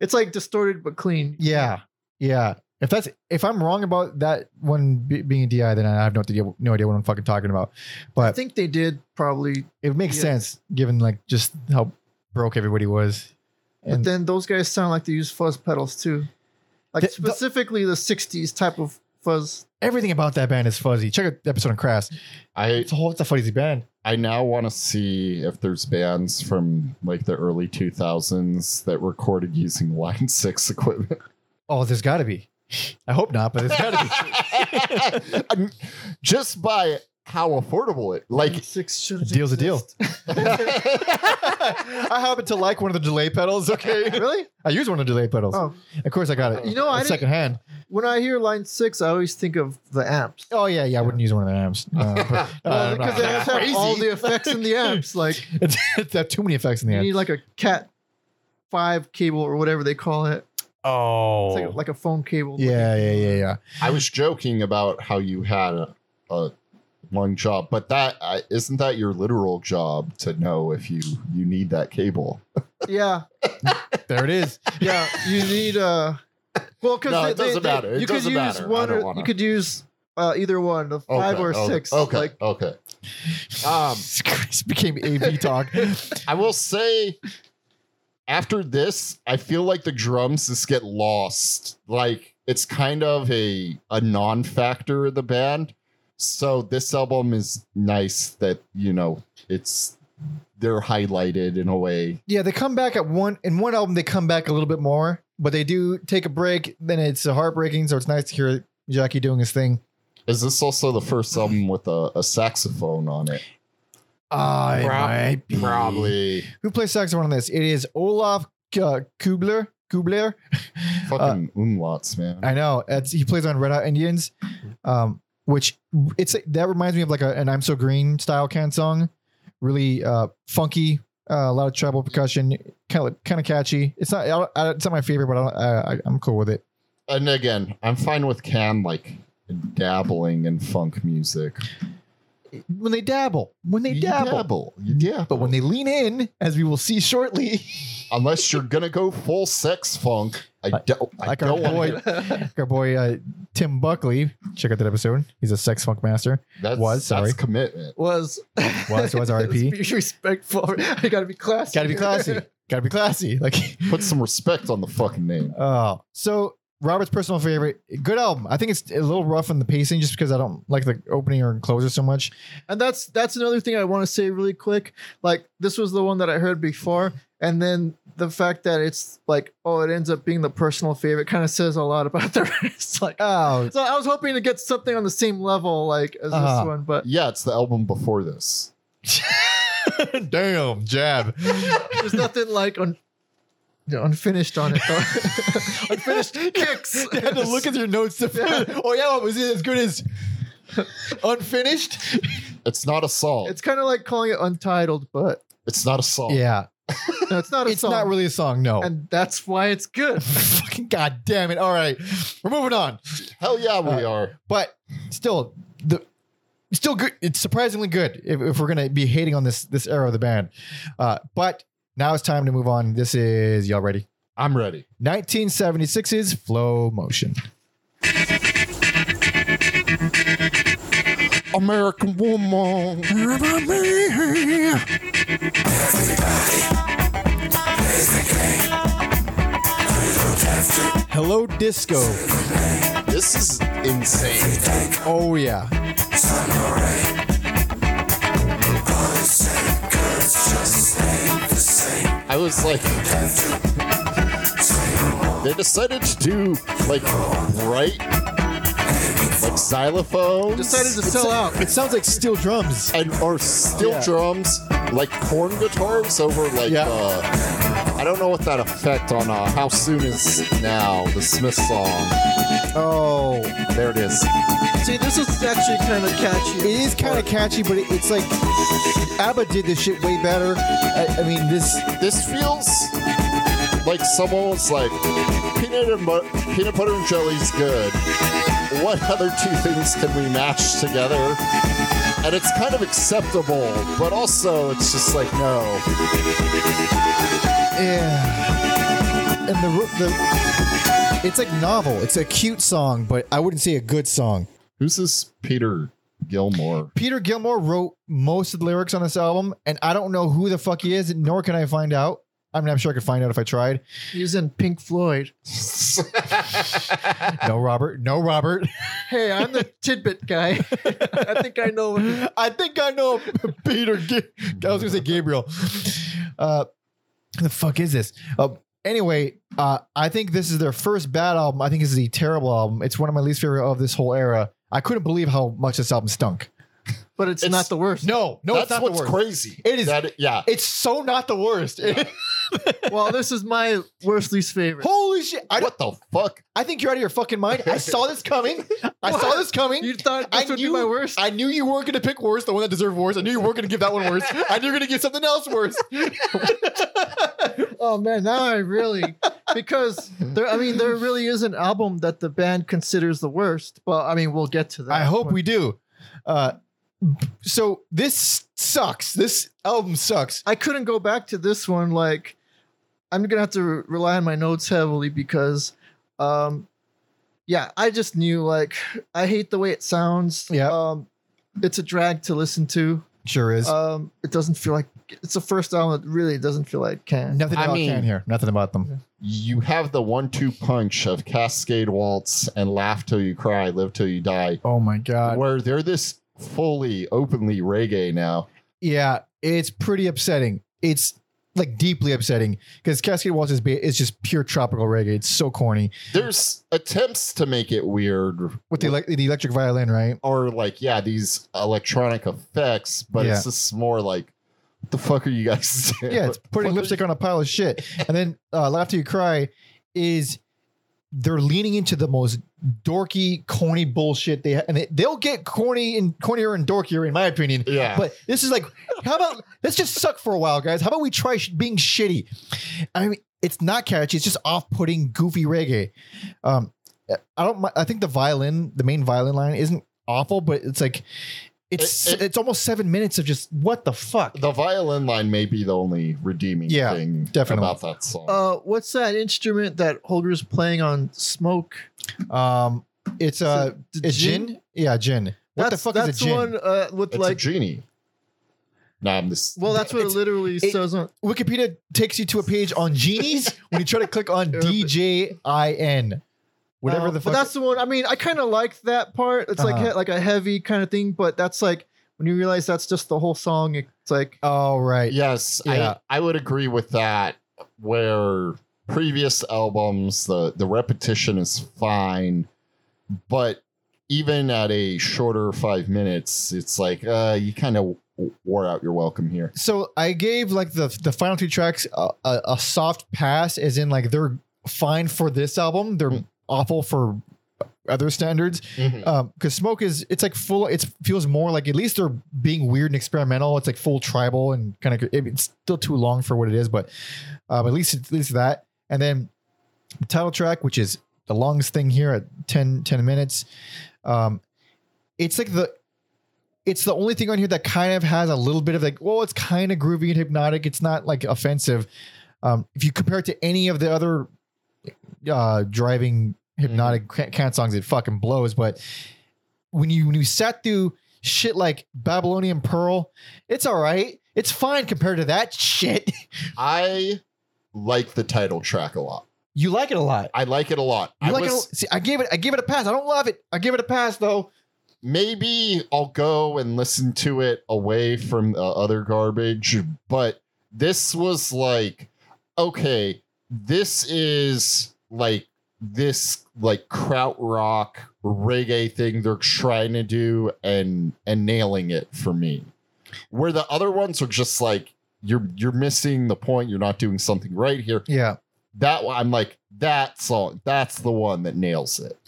C: it's like distorted but clean.
A: Yeah, yeah. If that's if I'm wrong about that one be, being a DI, then I have no idea no idea what I'm fucking talking about.
C: I
A: But
C: think they did probably,
A: it makes
C: yeah.
A: sense given like just how broke everybody was.
C: but
A: And
C: then those guys sound like they use fuzz pedals too, like
A: The- the-
C: specifically the '60s type of fuzz.
A: everything about that band is fuzzy. Check out the episode on Crass.
B: I
A: It's a whole it's a fuzzy band.
B: I now want to see if there's bands from like the early 2000s that recorded using Line 6 equipment.
A: Oh, there's got to be. I hope not, but there's got to be.
B: I'm- Just by how affordable it like
C: Six should
A: Deal's a deal. I happen to like one of the delay pedals. Okay, really? I use one of the delay pedals.
C: Oh.
A: Of course, I got it.
C: You know, I
A: It's
C: didn't-
A: secondhand.
C: When I hear line six, I always think of the amps. Uh,
A: Oh yeah, yeah. I wouldn't use one of the amps. No, but-
C: Well,
A: uh,
C: because
A: no.
C: they have, to have all the effects in the amps. Like
A: it's, it's have too many effects in the
C: you
A: end.
C: need like a cat five cable or whatever they call it.
A: Oh,
C: It's like, like a phone cable.
A: yeah, yeah, yeah, yeah.
B: I was joking about how you had a, a long job, but that I, isn't that your literal job to know if you you need that cable.
C: yeah,
A: There it is.
C: yeah. You need uh well because
B: No, it doesn't matter. It
C: you could
B: doesn't
C: use
B: matter. I
C: one
B: don't
C: or
B: wanna-
C: you could use uh, either one, the five or
B: okay,
C: six.
B: Okay.
C: Like
B: okay. Um,
A: This became AV talk.
B: I will say after this, I feel like the drums just get lost. Like it's kind of a a non-factor of the band. So this album is nice that, you know, it's they're highlighted in a way.
A: yeah, they come back at one in one album. They come back a little bit more, but they do take a break. Then it's heartbreaking. So it's nice to hear Jackie doing his thing.
B: Is this also the first album with a, a saxophone on it?
A: I
B: Prob-
A: might be.
B: Probably.
A: Who plays saxophone on this? It is Olaf uh, Kubler. Kubler.
B: Fucking
A: Uh,
B: umlauts, man.
A: I know. It's, he plays on Red Hot Indians, um, which it's that reminds me of like a, an "I'm So Green" style can song, really uh, funky, uh, a lot of tribal percussion, kind of kind of catchy. It's not I don't- I, it's not my favorite, but I don't, I, I, I'm cool with it.
B: and again, I'm fine with Can like dabbling in funk music.
A: When they dabble, when they
B: You
A: dabble,
B: dabble. You dabble.
A: but when they lean in, as we will see shortly,
B: unless you're gonna go full sex funk. I don't. I,
A: like our
B: don't want.
A: boy, like our boy uh, Tim Buckley. Check out that episode. He's a sex funk master.
B: That's
A: Was, sorry.
B: that's commitment.
C: was
A: Was- was RIP.
C: Be respectful. You gotta be classy.
A: Got to be classy. Got to be classy. Like
B: Put some respect on the fucking name.
A: Oh, so Robert's personal favorite, good album. I think it's a little rough in the pacing just because I don't like the opening or closer so much.
C: And that's that's another thing I want to say really quick. Like this was the one that I heard before, and then the fact that it's like, oh, it ends up being the personal favorite kind of says a lot about the rest. Like, uh,
A: Oh,
C: so I was hoping to get something on the same level like as
A: Uh-huh.
C: this one, but
B: Yeah, it's the album before this.
A: damn, jab.
C: there's nothing like un- you know, unfinished on it. Though. unfinished kicks.
A: You had to look at your notes to Oh, yeah, what was it as good as unfinished?
B: It's not a song.
C: It's
B: It's,
C: kind of like calling it untitled, but
B: not a song.
A: Yeah,
C: no, it's not a
A: it's
C: song.
A: not really a song, no.
C: and that's why it's good.
A: Fucking god damn it. All right, we're moving on,
B: Hell yeah, we
A: Uh,
B: are.
A: but still, the. Still good. It's surprisingly good if, if we're gonna be hating on this this era of the band, uh, but Now it's time to move on. This is y'all ready?
B: I'm ready.
A: 1976's Flow Motion.
B: American woman.
A: Hello Disco.
B: This is insane.
A: Oh yeah.
B: I was like, they decided to do like bright, like xylophones,
C: Decided to sell out.
A: It sounds like steel drums.
B: and or steel
A: Yeah.
B: drums, like horn guitars over like.
A: Yeah.
B: Uh, I don't know what that effect on uh, how soon is now the Smith song.
A: Oh,
B: There it is.
C: See, this is actually kind of
A: it
C: catchy.
A: is kind of catchy, but it, it's like ABBA did this shit way better. I, I mean, this
B: This feels like someone was like peanut and but- peanut butter and jelly's good. What other two things can we match together? And it's kind of acceptable, but also it's just like no.
A: Yeah. And the ro- the it's like novel. It's a cute song, but I wouldn't say a good song.
B: Who's this Peter Gilmore?
A: Peter Gilmore wrote most of the lyrics on this album, and I don't know who the fuck he is, nor can I find out. I mean, I'm sure I could find out if I tried.
C: He's in Pink Floyd.
A: No, Robert. No, Robert.
C: Hey, I'm the tidbit guy. I think I know.
A: I think I know Peter. Ga- I was gonna say Gabriel. Uh, the fuck is this? Uh, anyway, uh, I think this is their first bad album. I think this is a terrible album. It's one of my least favorite of this whole era. I couldn't believe how much this album stunk.
C: But it's,
B: It's-
C: not the worst.
A: No, no,
B: That's
A: it's not
B: what's
A: the worst.
B: crazy.
A: It is-
B: That, yeah.
A: It's so not the worst.
C: Well, this is my worst least favorite.
A: Holy shit! I, don't-
B: what the fuck?
A: I think you're out of your fucking mind. I saw this coming. I saw
C: What?
A: this coming.
C: You thought
A: I
C: this would
A: knew-
C: be my worst?
A: I knew you weren't going to pick worse, the one that deserved worse. I knew you weren't going to give that one worse. I knew you were going to give something else worse.
C: oh man, now I really because there. I mean, there really is an album that the band considers the worst. Well, I mean, we'll get to that.
A: I hope
C: point.
A: we do. Uh, so this sucks. This album sucks.
C: I couldn't go back to this one. Like, I'm gonna have to re- rely on my notes heavily because, um, yeah, I just knew like I hate the way it sounds.
A: Yeah.
C: um, it's a drag to listen to.
A: Sure is.
C: Um, it doesn't feel like it's the first album that really doesn't feel like can.
A: Nothing
B: I
A: about
B: mean-
A: Can here. Nothing about them.
B: You have the one-two punch of Cascade Waltz and Laugh Till You Cry, Live Till You Die,
A: Oh my god.
B: where they're this fully, openly reggae now.
A: Yeah, it's pretty upsetting. It's like deeply upsetting because Cascade Waltz is ba- it's just pure tropical reggae. It's so corny
B: there's attempts to make it weird
A: with the, elec the electric violin, right?
B: or like yeah these electronic effects but
A: Yeah.
B: it's just more like what the fuck are you guys doing?
A: Yeah, it's putting lipstick on a pile of shit. And then uh, Laughter You Cry is they're leaning into the most dorky, corny bullshit they ha- and they, they'll get corny and cornier and dorkier in my opinion.
B: yeah
A: But this is like, how about let's just suck for a while, guys? How about we try sh- being shitty? I mean, it's not catchy. It's just off-putting, goofy reggae. Um, I don't. mi- I think the violin, the main violin line, isn't awful, but it's like, it's
B: It- it-
A: it's almost seven minutes of just what the fuck.
B: the violin line may be the only redeeming
A: Yeah,
B: thing
A: definitely.
B: about that song
C: Uh, what's that instrument that Holger's playing on Smoke?
A: Um, it's uh,
C: Is it
A: it's gin? Yeah, gin. What the
C: That's-
A: fuck
C: that's
A: is a gin?
C: the one uh, with
B: it's a
C: like.
B: genie nah i'm just
C: Well, that's what it
A: It's-
C: literally
A: it-
C: says on.
A: Wikipedia takes you to a page on genies when you try to click on D J I N, whatever
C: Uh,
A: the
C: But
A: fuck.
C: that's the one. I mean, I kind of like that part. It's like
A: Uh-huh.
C: he- like a heavy kind of thing, but that's like when you realize that's just the whole song. It's like uh,
A: oh right.
B: yes
A: Yeah.
B: I, I would agree with that where previous albums the the repetition is fine but even at a shorter five minutes it's like uh you kind of wore out your welcome here
A: so I gave like the the final two tracks a, a, a soft pass, as in like they're fine for this album. They're
B: Mm.
A: awful for other standards because Um, smoke is it's like full it feels more like at least they're being weird and experimental it's like full tribal and kind of it's still too long for what it is but um, at least at least that and then the title track which is the longest thing here at 10 10 minutes um it's like the it's the only thing on here that kind of has a little bit of like, well, it's kind of groovy and hypnotic. It's not like offensive. Um, if you compare it to any of the other uh, driving hypnotic
B: Mm-hmm.
A: can can songs, it fucking blows. But when you when you sat through shit like Babylonian Pearl, it's all right. It's fine compared to that shit.
B: I like the title track a lot.
A: You like it a lot.
B: I like it a lot.
A: You
B: I
A: like
B: was-
A: it. A, see, I gave it. I gave it a pass. I don't love it. I give it a pass though.
B: maybe I'll go and listen to it away from the other garbage, but this was like, okay, this is like this like kraut rock reggae thing they're trying to do and and nailing it for me. Where the other ones are just like you're you're missing the point, you're not doing something right here.
A: Yeah.
B: That one I'm like, that song, that's the one that nails it.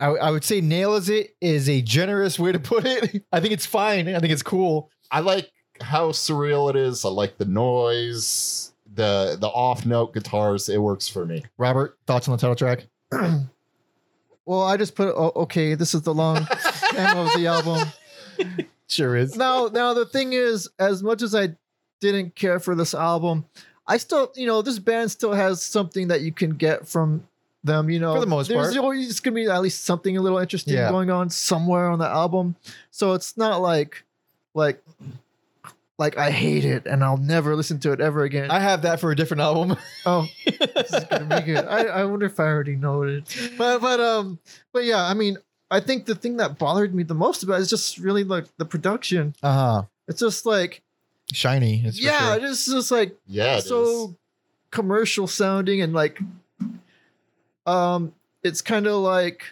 A: I, I would say nails it is a generous way to put it. I think it's fine. I think it's cool.
B: I like how surreal it is. I like the noise, the the off note guitars. It works for me.
A: Robert, thoughts on the title track?
C: Well, I just put oh, okay. This is the long demo of the album.
A: Sure is.
C: Now, now the thing is, as much as I didn't care for this album, I still, you know, this band still has something that you can get from them. You know,
A: For the most
C: there's
A: part.
C: always it's gonna be at least something a little interesting
A: Yeah.
C: going on somewhere on the album. So it's not like, like, like I hate it and I'll never listen to it ever again.
A: I have that for a different album.
C: oh, this is gonna be good. I, I wonder if I already know it. But but um but yeah, I mean, I think the thing that bothered me the most about it is just really like the production.
A: Uh huh.
C: It's just like
A: Shiny. It's
C: yeah,
A: For sure.
C: it's just like
B: Yeah. it
C: so
B: is.
C: commercial sounding and like um it's kind of like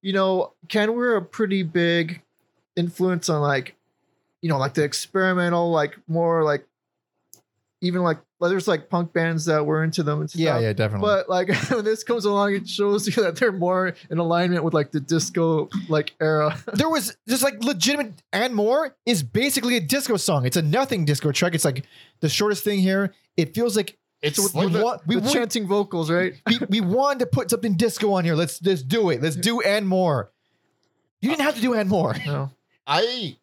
C: you know Ken we're a pretty big influence on like you know like the experimental like more like even like well, there's like punk bands that were into them and stuff.
A: Yeah. Yeah. Definitely.
C: But like when this comes along, it shows you that they're more in alignment with like the disco like era.
A: there was just like legitimate and more is basically a disco song. It's a nothing disco track. It's like the shortest thing here. It feels like
B: It's
A: we
B: like
A: want we
C: the
A: want
C: chanting vocals, right?
A: we, we wanted to put something disco on here. Let's let's do it. Let's do and more. You didn't have to do and more.
C: No.
B: I.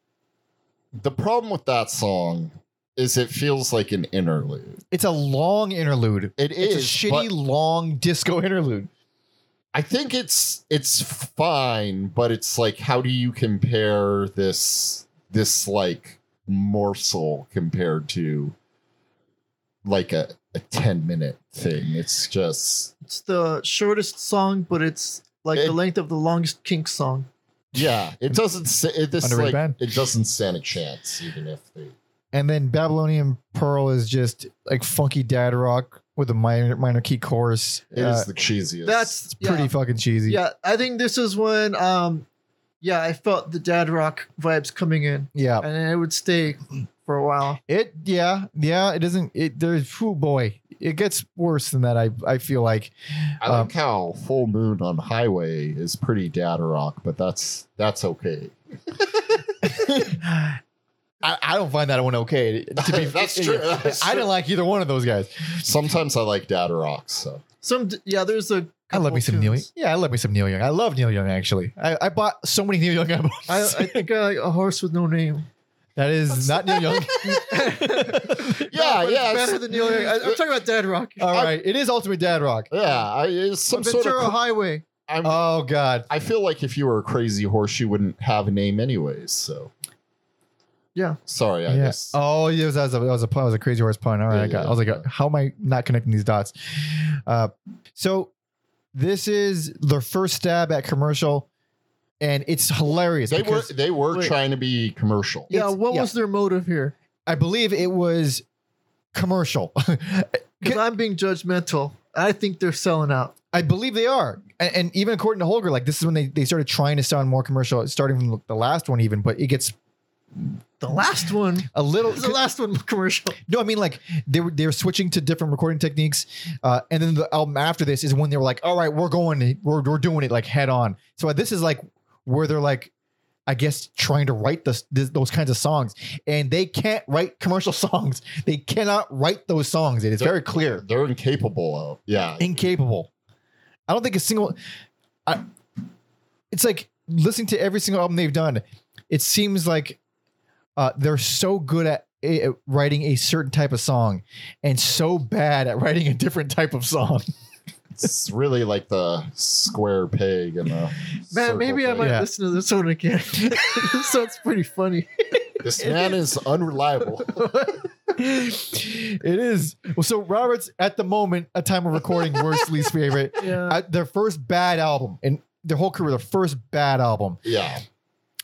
B: The problem with that song is it feels like an interlude.
A: It's a long interlude.
B: It
A: It's
B: is
A: a shitty
B: but
A: long disco interlude.
B: I think it's it's fine, but it's like how do you compare this this like morsel compared to like a, a 10 minute thing it's just
C: It's the shortest song, but it's like
B: It-
C: the length of the longest Kink song.
B: Yeah, it doesn't. sa- It, this
A: Underrated
B: like
A: band.
B: it doesn't stand a chance, even if they.
A: And then Babylonian Pearl is just like funky dad rock with a minor minor key chorus.
B: It is
A: Uh,
B: the cheesiest.
C: That's
A: it's pretty
C: yeah.
A: fucking cheesy.
C: Yeah, I think this is when um yeah, I felt the dad rock vibes coming in.
A: Yeah.
C: And it would stay for a while.
A: It yeah, yeah, it doesn't it there's oh boy. It gets worse than that, I I feel like.
B: I
A: um,
B: like how Full Moon on Highway is pretty data rock, but that's that's okay.
A: I, I don't find that one okay. To be
B: That's true, that's
A: I
B: true.
A: didn't like either one of those guys.
B: Sometimes I like data rock, so
C: Some d- yeah, there's a
A: I love me some
C: couple
A: Neil Young.
C: tunes.
A: Yeah, I love me some Neil Young. I love Neil Young actually. I, I bought so many Neil Young albums.
C: I, I think I like a horse with no name.
A: that is not Neil Young.
B: yeah,
C: But
B: yeah,
C: it's Uh,
B: it's-
C: better than Neil Young. I, I'm talking about Dad Rock.
A: All right, it is Ultimate Dad Rock.
B: yeah. I, it's some
C: Ventura
B: sort of. cr-
C: Highway.
B: I'm,
A: Oh God,
B: I feel like if you were a crazy horse, you wouldn't have a name anyways. So
C: Yeah.
B: sorry. I
A: Yeah.
B: guess
A: Oh, yeah, that was a that was a pun. That was a crazy horse pun. All right, I got. I was like, uh, how am I not connecting these dots? Uh, so this is their first stab at commercial, and it's hilarious.
B: they were
A: because
B: they were
C: wait.
B: trying to be commercial.
C: Yeah,
A: It's-
C: what
A: yeah.
C: was their motive here?
A: I believe it was commercial.
C: Because I'm being judgmental. I think they're selling out.
A: I believe they are, and, and even according to Holger, like this is when they they started trying to sound more commercial, starting from the last one even. But it gets
C: The last one.
A: a little.
C: The last one commercial.
A: No, I mean like they were they were switching to different recording techniques, uh, and then the album after this is when they were like, "All right, we're going, we're we're doing it like head on." So uh, this is like where they're like, I guess trying to write this, this those kinds of songs, and they can't write commercial songs. They cannot write those songs. It is very clear,
B: They're incapable of. Yeah,
A: incapable. I don't think a single. I, it's like listening to every single album they've done. it seems like uh, they're so good at a- at writing a certain type of song and so bad at writing a different type of song.
B: It's really like the square peg and the circle
C: Man, maybe I
B: peg.
C: might
A: Yeah.
C: listen to this one again. this sounds pretty funny.
B: This man is unreliable.
A: it is. Well, so Robert's at the moment, at time of recording, worst least favorite.
C: Yeah.
A: Uh, their first bad album and their whole career, their first bad album,
B: Yeah.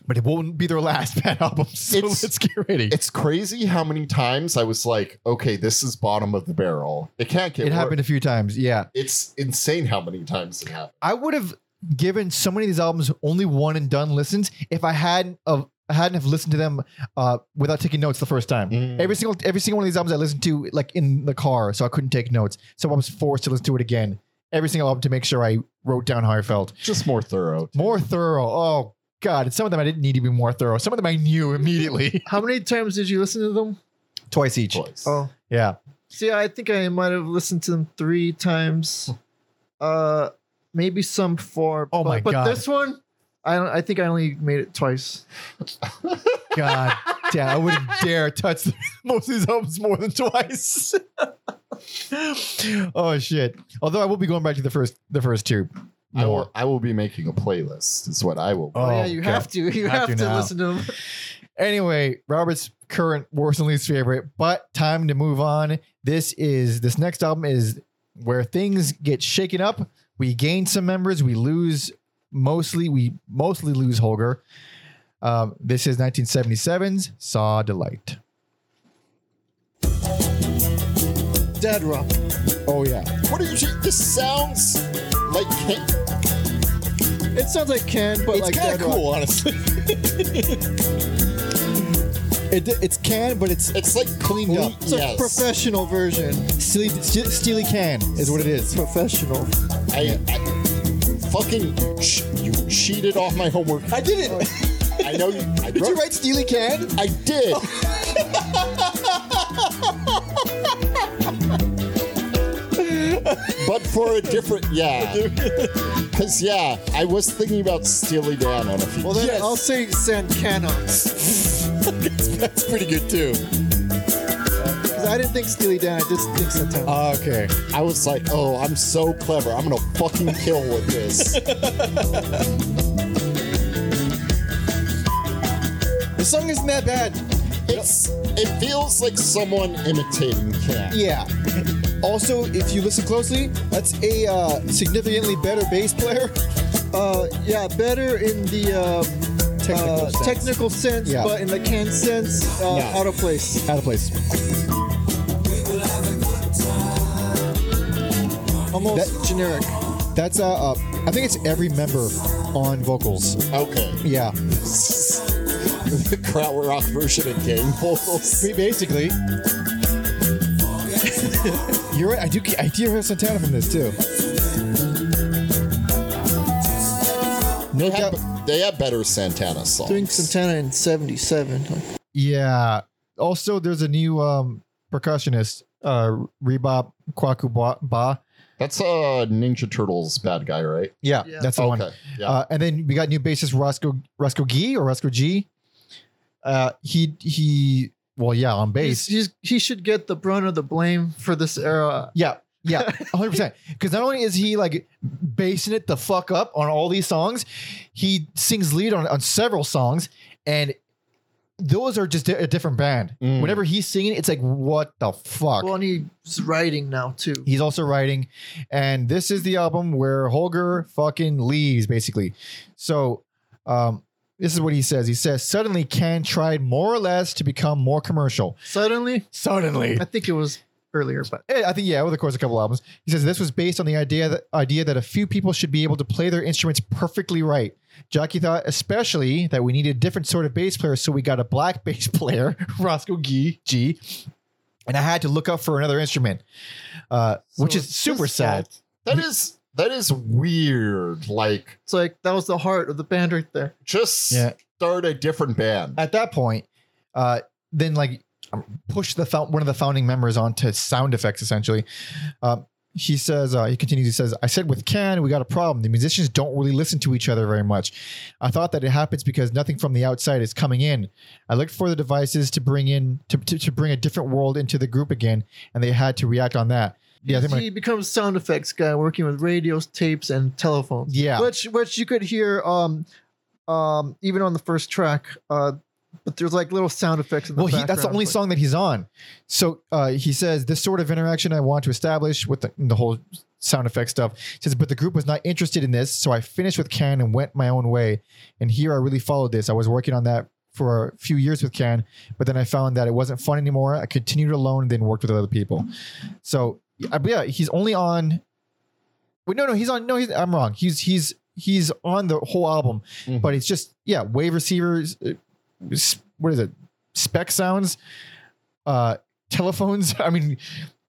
A: but it won't be their last bad album. So
B: It's-
A: let's get ready.
B: It's crazy how many times I was like, okay, this is bottom of the barrel. It can't get
A: It
B: worse.
A: happened a few times. Yeah.
B: It's insane how many times it happened.
A: I would have given so many of these albums only one and done listens if I hadn't of I hadn't have listened to them uh, without taking notes the first time.
B: Mm.
A: Every single every single one of these albums I listened to like in the car, so I couldn't take notes. So I was forced to listen to it again every single album to make sure I wrote down how I felt.
B: Just more thorough.
A: More thorough. Oh God, some of them I didn't need to be more thorough. Some of them I knew immediately.
C: How many times did you listen to them?
A: Twice each.
B: Choice.
C: Oh,
A: Yeah.
C: see, I think I might have listened to them three times. Uh, maybe some four.
A: Oh
C: but,
A: my
C: But
A: God.
C: this one, I don't. I think I only made it twice.
A: God damn, I wouldn't dare touch most of these albums more than twice. oh shit! Although I will be going back to the first, the first two.
B: I will I will be making a playlist, is what I will
A: Oh,
C: Oh, yeah, you
A: God.
C: have to. You
A: Have
C: have,
A: to
C: to,
A: now.
C: listen to them.
A: Anyway, Robert's current worst and least favorite, but time to move on. This is this next album is where things get shaken up. We gain some members, we lose mostly. We mostly lose Holger. Um, this is 1977's "Saw Delight."
D: Dead rock. Oh yeah.
B: What do you think? This sounds like ca-
C: It sounds like Ken, but
D: It's kind
C: like Dead
D: of
C: Rock.
D: cool, honestly. it, it's can, but it's
B: it's like cleaned up.
C: It's a professional version.
A: Steely, Steely Can is what it is.
C: Professional.
B: I, I fucking ch- you cheated off my homework.
D: I did it.
B: I know you. I
D: did you
B: wrote-
D: write Steely Can?
B: I did. but for a different yeah. Cause yeah, I was thinking about stealing down on a few.
C: Well, then
D: Yes.
C: I'll say Sankanos.
D: that's, that's pretty good too.
C: Because I didn't think Steely Dan, I just think Santana.
D: Uh,
A: Okay.
B: I was like, oh, I'm so clever. I'm gonna fucking kill with this.
D: The song isn't that bad.
B: It's it feels like someone imitating Cam.
D: Yeah. Also, if you listen closely, that's a uh, significantly better bass player.
C: uh, yeah, better in the uh,
D: Technical
C: uh,
D: sense.
C: technical sense,
D: Yeah.
C: but in the can sense, uh,
D: Yeah.
C: out of place.
D: Out of place.
C: Almost generic.
D: That's uh, uh, I think it's every member on vocals.
B: Okay.
D: Yeah,
B: the Krautrock rock version of gang vocals.
D: Ba- basically. You're right. I do. I do hear Santana from this too.
B: They
D: No doubt.
B: have, they have better Santana songs.
C: Doing Santana in '77.
A: Yeah. Also, there's a new um, percussionist, uh, Rebop Kwaku Ba- Ba.
B: That's a uh, Ninja Turtles bad guy, right?
A: Yeah,
C: Yeah.
A: that's the one.
B: Yeah.
A: Uh, and then we got new bassist Roscoe Roscoe Gee or Roscoe G. Uh, he he. Well, yeah, on
C: He's,
A: bass.
C: he's, he should get the brunt of the blame for this era.
A: yeah, yeah, hundred percent. Because not only is he like basing it the fuck up on all these songs, he sings lead on on several songs, and those are just a a different band.
B: Mm.
A: Whenever he's singing, it's like what the fuck.
C: Well, and he's writing now too.
A: He's also writing, and this is the album where Holger fucking leaves, basically. So, um, this is what he says. He says, "Suddenly, Can tried more or less to become more commercial.
C: Suddenly,
A: Suddenly,
C: I think it was earlier, but
A: Eh, I think yeah, over the course of a couple albums. He says this was based on the idea that idea that a few people should be able to play their instruments perfectly right. Jockey thought especially that we needed a different sort of bass player, so we got a black bass player, Roscoe Gee, G, and I had to look up for another instrument, uh, which
C: So
A: is
C: it's
A: super
C: his
A: sad.
C: fault.
B: that is that is weird. Like
C: It's like that was the heart of the band right there.
B: just
A: Yeah.
B: start a different band.
A: At that point, uh, then like push the fou- one of the founding members onto sound effects essentially. Um, he says uh, he continues he says i said with can we got a problem the musicians don't really listen to each other very much i thought that it happens because nothing from the outside is coming in i looked for the devices to bring in to, to, to bring a different world into the group again and they had to react on that yeah I think my-
C: he becomes sound effects guy working with radios, tapes, and telephones.
A: yeah
C: Which which you could hear um um even on the first track. Uh but there's like little sound effects in the
A: well he, that's the
C: background,
A: only
C: like-
A: song that he's on so uh, he says this sort of interaction i want to establish with the, the whole sound effect stuff He says but the group was not interested in this so i finished with can and went my own way and here i really followed this i was working on that for a few years with can but then i found that it wasn't fun anymore i continued alone then worked with other people so I, but yeah he's only on wait no no he's on no he's, i'm wrong he's he's he's on the whole album
C: Mm-hmm.
B: Mhm.
A: but it's just yeah wave receivers uh, s- what is it spec sounds, uh, telephones. I mean,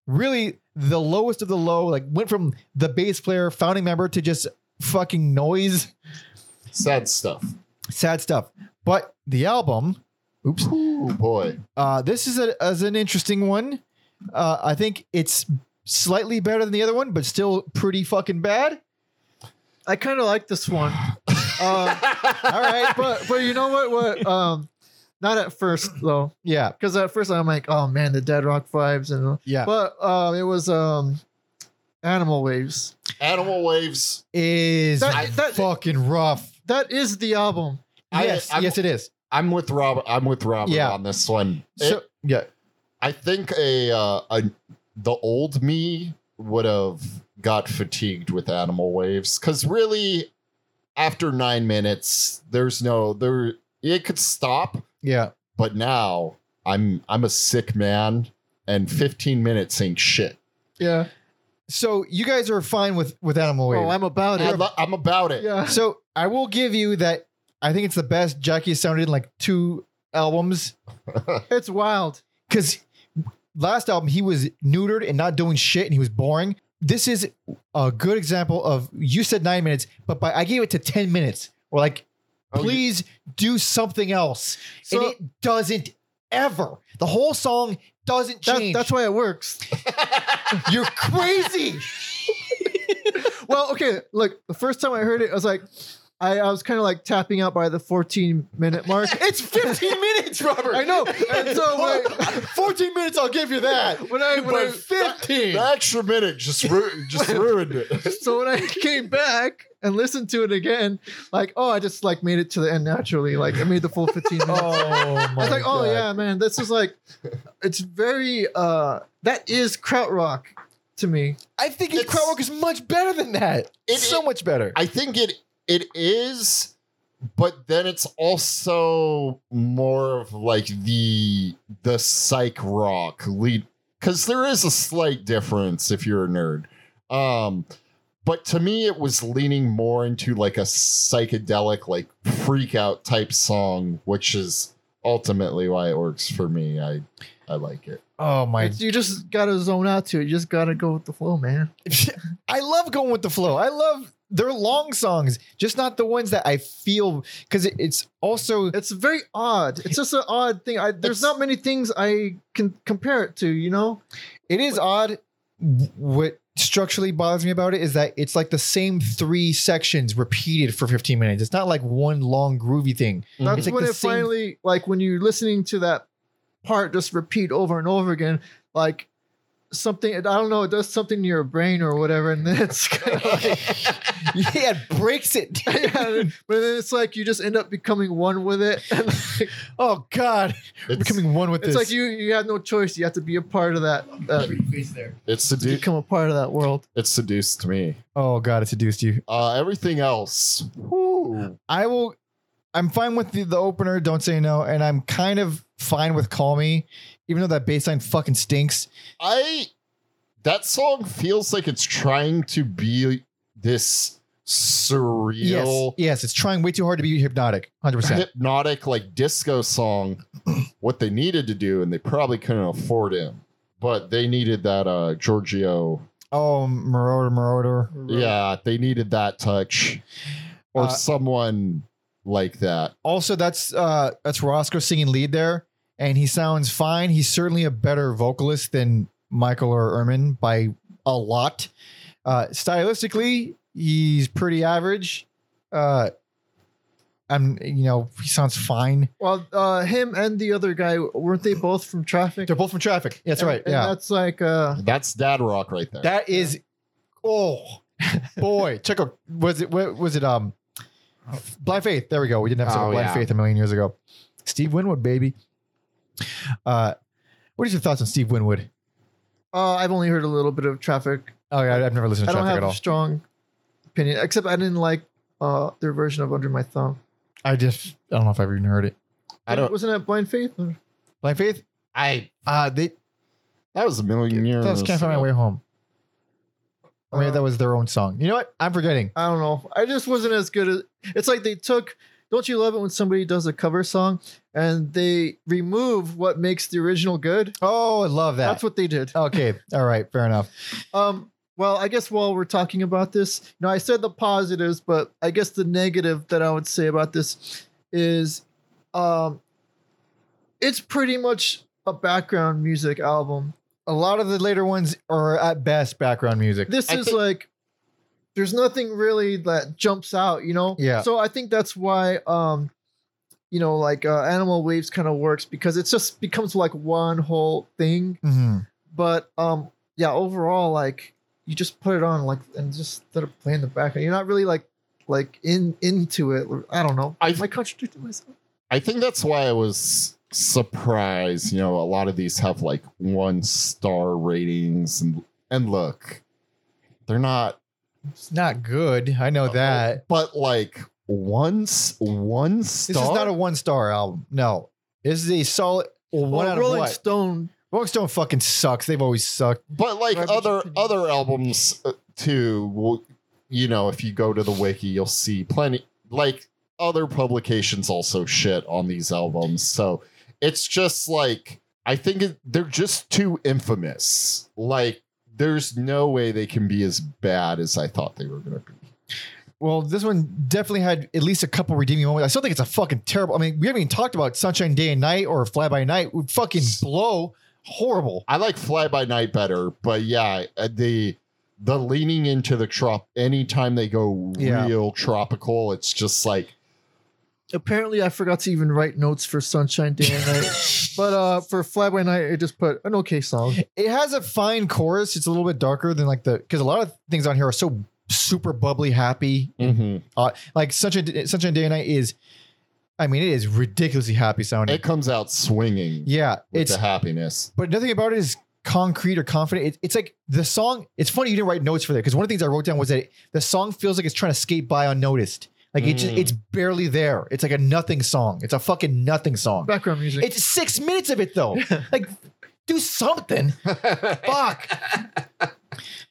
A: really the lowest of the low, like went from the bass player, founding member to just fucking noise,
B: Sad stuff.
A: sad stuff. But the album, oops,
B: Ooh, boy.
A: uh, this is a, as an interesting one. Uh, I think it's slightly better than the other one, but still pretty fucking bad.
C: I kind of like this one. um,
A: All right, but
C: but but you know what? What um, not at first though,
A: yeah,
C: because at first I'm like, oh man, the Dead Rock vibes, and
A: yeah,
C: but um, it was um, Animal Waves.
B: Animal Waves.
A: is
C: That- that-
A: fucking rough.
C: That is the album.
B: I-
A: yes,
B: I'm-
A: yes, it is.
B: I'm with Rob. I'm with Robert
A: Yeah.
B: on this one. It-
A: So, yeah,
B: I think a, uh, a the old me would have got fatigued with Animal Waves because really, after nine minutes, there's no there. It could stop,
A: yeah.
B: but now I'm I'm a sick man, and 15 minutes ain't shit.
C: Yeah.
A: So you guys are fine with with Animal Wave.
C: Oh, I'm about it.
B: I'm, I'm about it.
C: yeah.
A: So I will give you that. I think it's the best Jackie has sounded in like two albums.
C: It's wild.
A: Because last album he was neutered and not doing shit, and he was boring. This is a good example of you said nine minutes, but by I gave it to ten minutes. Or like,
B: Oh, you-
A: please do something else,
C: So-
A: and it doesn't ever. The whole song doesn't
C: That's
A: change.
C: that's why it works.
A: you're crazy.
C: well, okay. Look, the first time I heard it, I was like, I, I was kind of like tapping out by the 14 minute mark.
A: it's 15 minutes, Robert.
C: I know. And so when I,
A: 14 minutes, I'll give you that.
C: when I, when I
A: But 15.
B: The extra minute just ru- just ruined it.
C: so when I came back and listened to it again, like, oh, I just like made it to the end naturally. Like I made the full 15 minutes.
A: Oh
C: I was like, oh yeah, man, this is like, it's very uh, that is krautrock to me.
A: I think his
B: It's-
A: crowd work is much better than that.
B: It-
A: so
B: it-
A: much better.
B: I think it it is, but then it's also more of like the the psych rock lead because there is a slight difference if you're a nerd. Um, but to me, it was leaning more into like a psychedelic, like freak out type song, which is ultimately why it works for me. I I like it.
A: oh my!
C: It's- you just gotta zone out to it. You just gotta go with the flow, man.
A: I love going with the flow. I love their long songs, just not the ones that I feel because it, it's also
C: It's very odd. It's just an odd thing. I, there's
B: It's-
C: not many things I can compare it to. You know,
A: it is odd. What structurally bothers me about it is that it's like the same three sections repeated for 15 minutes. It's not like one long groovy thing.
C: that's
A: It's like
C: when
A: the
C: it
A: same-
C: finally like when you're listening to that part just repeat over and over again, like. Something I don't know. It does something to your brain or whatever, and then it's kind of like
A: yeah, it breaks it.
C: yeah, but then it's like you just end up becoming one with it. And like,
A: Oh God,
B: It's,
A: becoming one with
C: it's
A: this.
C: like you you have no choice. You have to be a part of that. Uh,
B: it's sedu-
C: become a part of that world.
B: it seduced me.
A: oh God, it seduced you.
B: Uh, everything else, whew,
A: I will. I'm fine with the, the opener. Don't say no, and I'm kind of fine with call me, even though that bass line fucking stinks.
B: I that song feels like it's trying to be this
A: Yes,
B: surreal
A: yes, it's trying way too hard to be hypnotic. Hundred percent.
B: hypnotic like disco song what they needed to do and they probably couldn't afford him but they needed that uh Giorgio
A: Oh, marauder, marauder.
B: yeah they needed that touch or
A: Uh,
B: someone like that
A: Also, that's uh that's Roscoe singing lead there, and he sounds fine. He's certainly a better vocalist than Michael or Erman by a lot. Uh, stylistically, he's pretty average. Uh, I'm, you know, he sounds fine.
C: Well, uh, him and the other guy weren't they both from Traffic?
A: They're both from Traffic. That's
C: And-
A: right.
C: and
A: yeah,
C: that's like uh,
B: That's dad rock right there.
A: that is. Oh boy, check out. Was it? What was it? Um, Blind Faith. There we go. We didn't have
B: Oh,
A: Blind
B: yeah.
A: Faith a million years ago. Steve Winwood, baby. Uh, what are your thoughts on Steve Winwood?
C: uh, I've only heard a little bit of Traffic.
A: Oh yeah, I've never listened
C: I
A: to
C: don't
A: Traffic at
C: have a
A: all.
C: strong opinion, except I didn't like uh, their version of Under My Thumb.
A: I just I don't know if I've even heard it.
B: I don't.
C: Wasn't that Blind Faith? Or-
A: Blind Faith.
B: I.
A: Uh, they
B: That was a million years.
A: That's can't find my way home. I mean,
C: Oh, Uh,
A: that was their own song. You know what? I'm forgetting.
C: I don't know. I just wasn't as good as. It's like they took. Don't you love it when somebody does a cover song and they remove what makes the original good?
A: Oh, I love that.
C: That's what they did.
A: okay. All right. Fair enough.
C: Um, well, I guess while we're talking about this, you know, I said the positives, but I guess the negative that I would say about this is, um, it's pretty much a background music album.
A: A lot of the later ones are at best background music.
C: This
B: I
C: is
B: think-
C: like, there's nothing really that jumps out, you know.
A: Yeah.
C: So I think that's why, um, you know, like uh, Animal Waves kind of works because it just becomes like one whole thing.
B: Mm-hmm.
A: Mhm.
C: but um yeah overall like you just put it on like and just let it play in the background you're not really like like in into it i don't know
B: I-
C: am i contradicting myself
B: I think that's why I was surprised. You know, a lot of these have like one star ratings, and and look, they're not.
A: It's not good. I
B: Oh,
A: know that.
B: But like once one star.
A: This is not a one star album. No. This is a solid well, one
C: Well,
A: out
C: Oh, rolling
A: of what?
C: stone
A: Rolling Stone fucking sucks. They've always sucked.
B: but like
C: Right, but
B: other
C: you-
B: other albums uh, too will- you know if you go to the wiki you'll see plenty like other publications also shit on these albums so it's just like i think it, they're just too infamous like there's no way they can be as bad as i thought they were going to be
A: Well, this one definitely had at least a couple redeeming moments. I still think it's a fucking terrible. I mean, we haven't even talked about Sunshine Day and Night or Fly By Night. Would fucking blow. Horrible.
B: i like fly by night better but yeah uh, the the leaning into the trop anytime they go
A: Yeah.
B: real tropical it's just like
C: apparently i forgot to even write notes for sunshine day and night but uh for fly by night i just put an okay song
A: it has a fine chorus. It's a little bit darker than like the because a lot of things on here are so super bubbly happy. Uh,
B: mhm.
A: Like such a such a day and night is, I mean, it is ridiculously happy sounding.
B: it comes out swinging
A: yeah,
B: with
A: it's
B: the happiness.
A: but nothing about it is concrete or confident. It, it's like the song. It's funny you didn't write notes for that because one of the things I wrote down was that the song feels like it's trying to skate by unnoticed. Like it just,
B: Mm.
A: it's barely there. It's like a nothing song. It's a fucking nothing song.
C: background music
A: It's six minutes of it though. like do something. Fuck.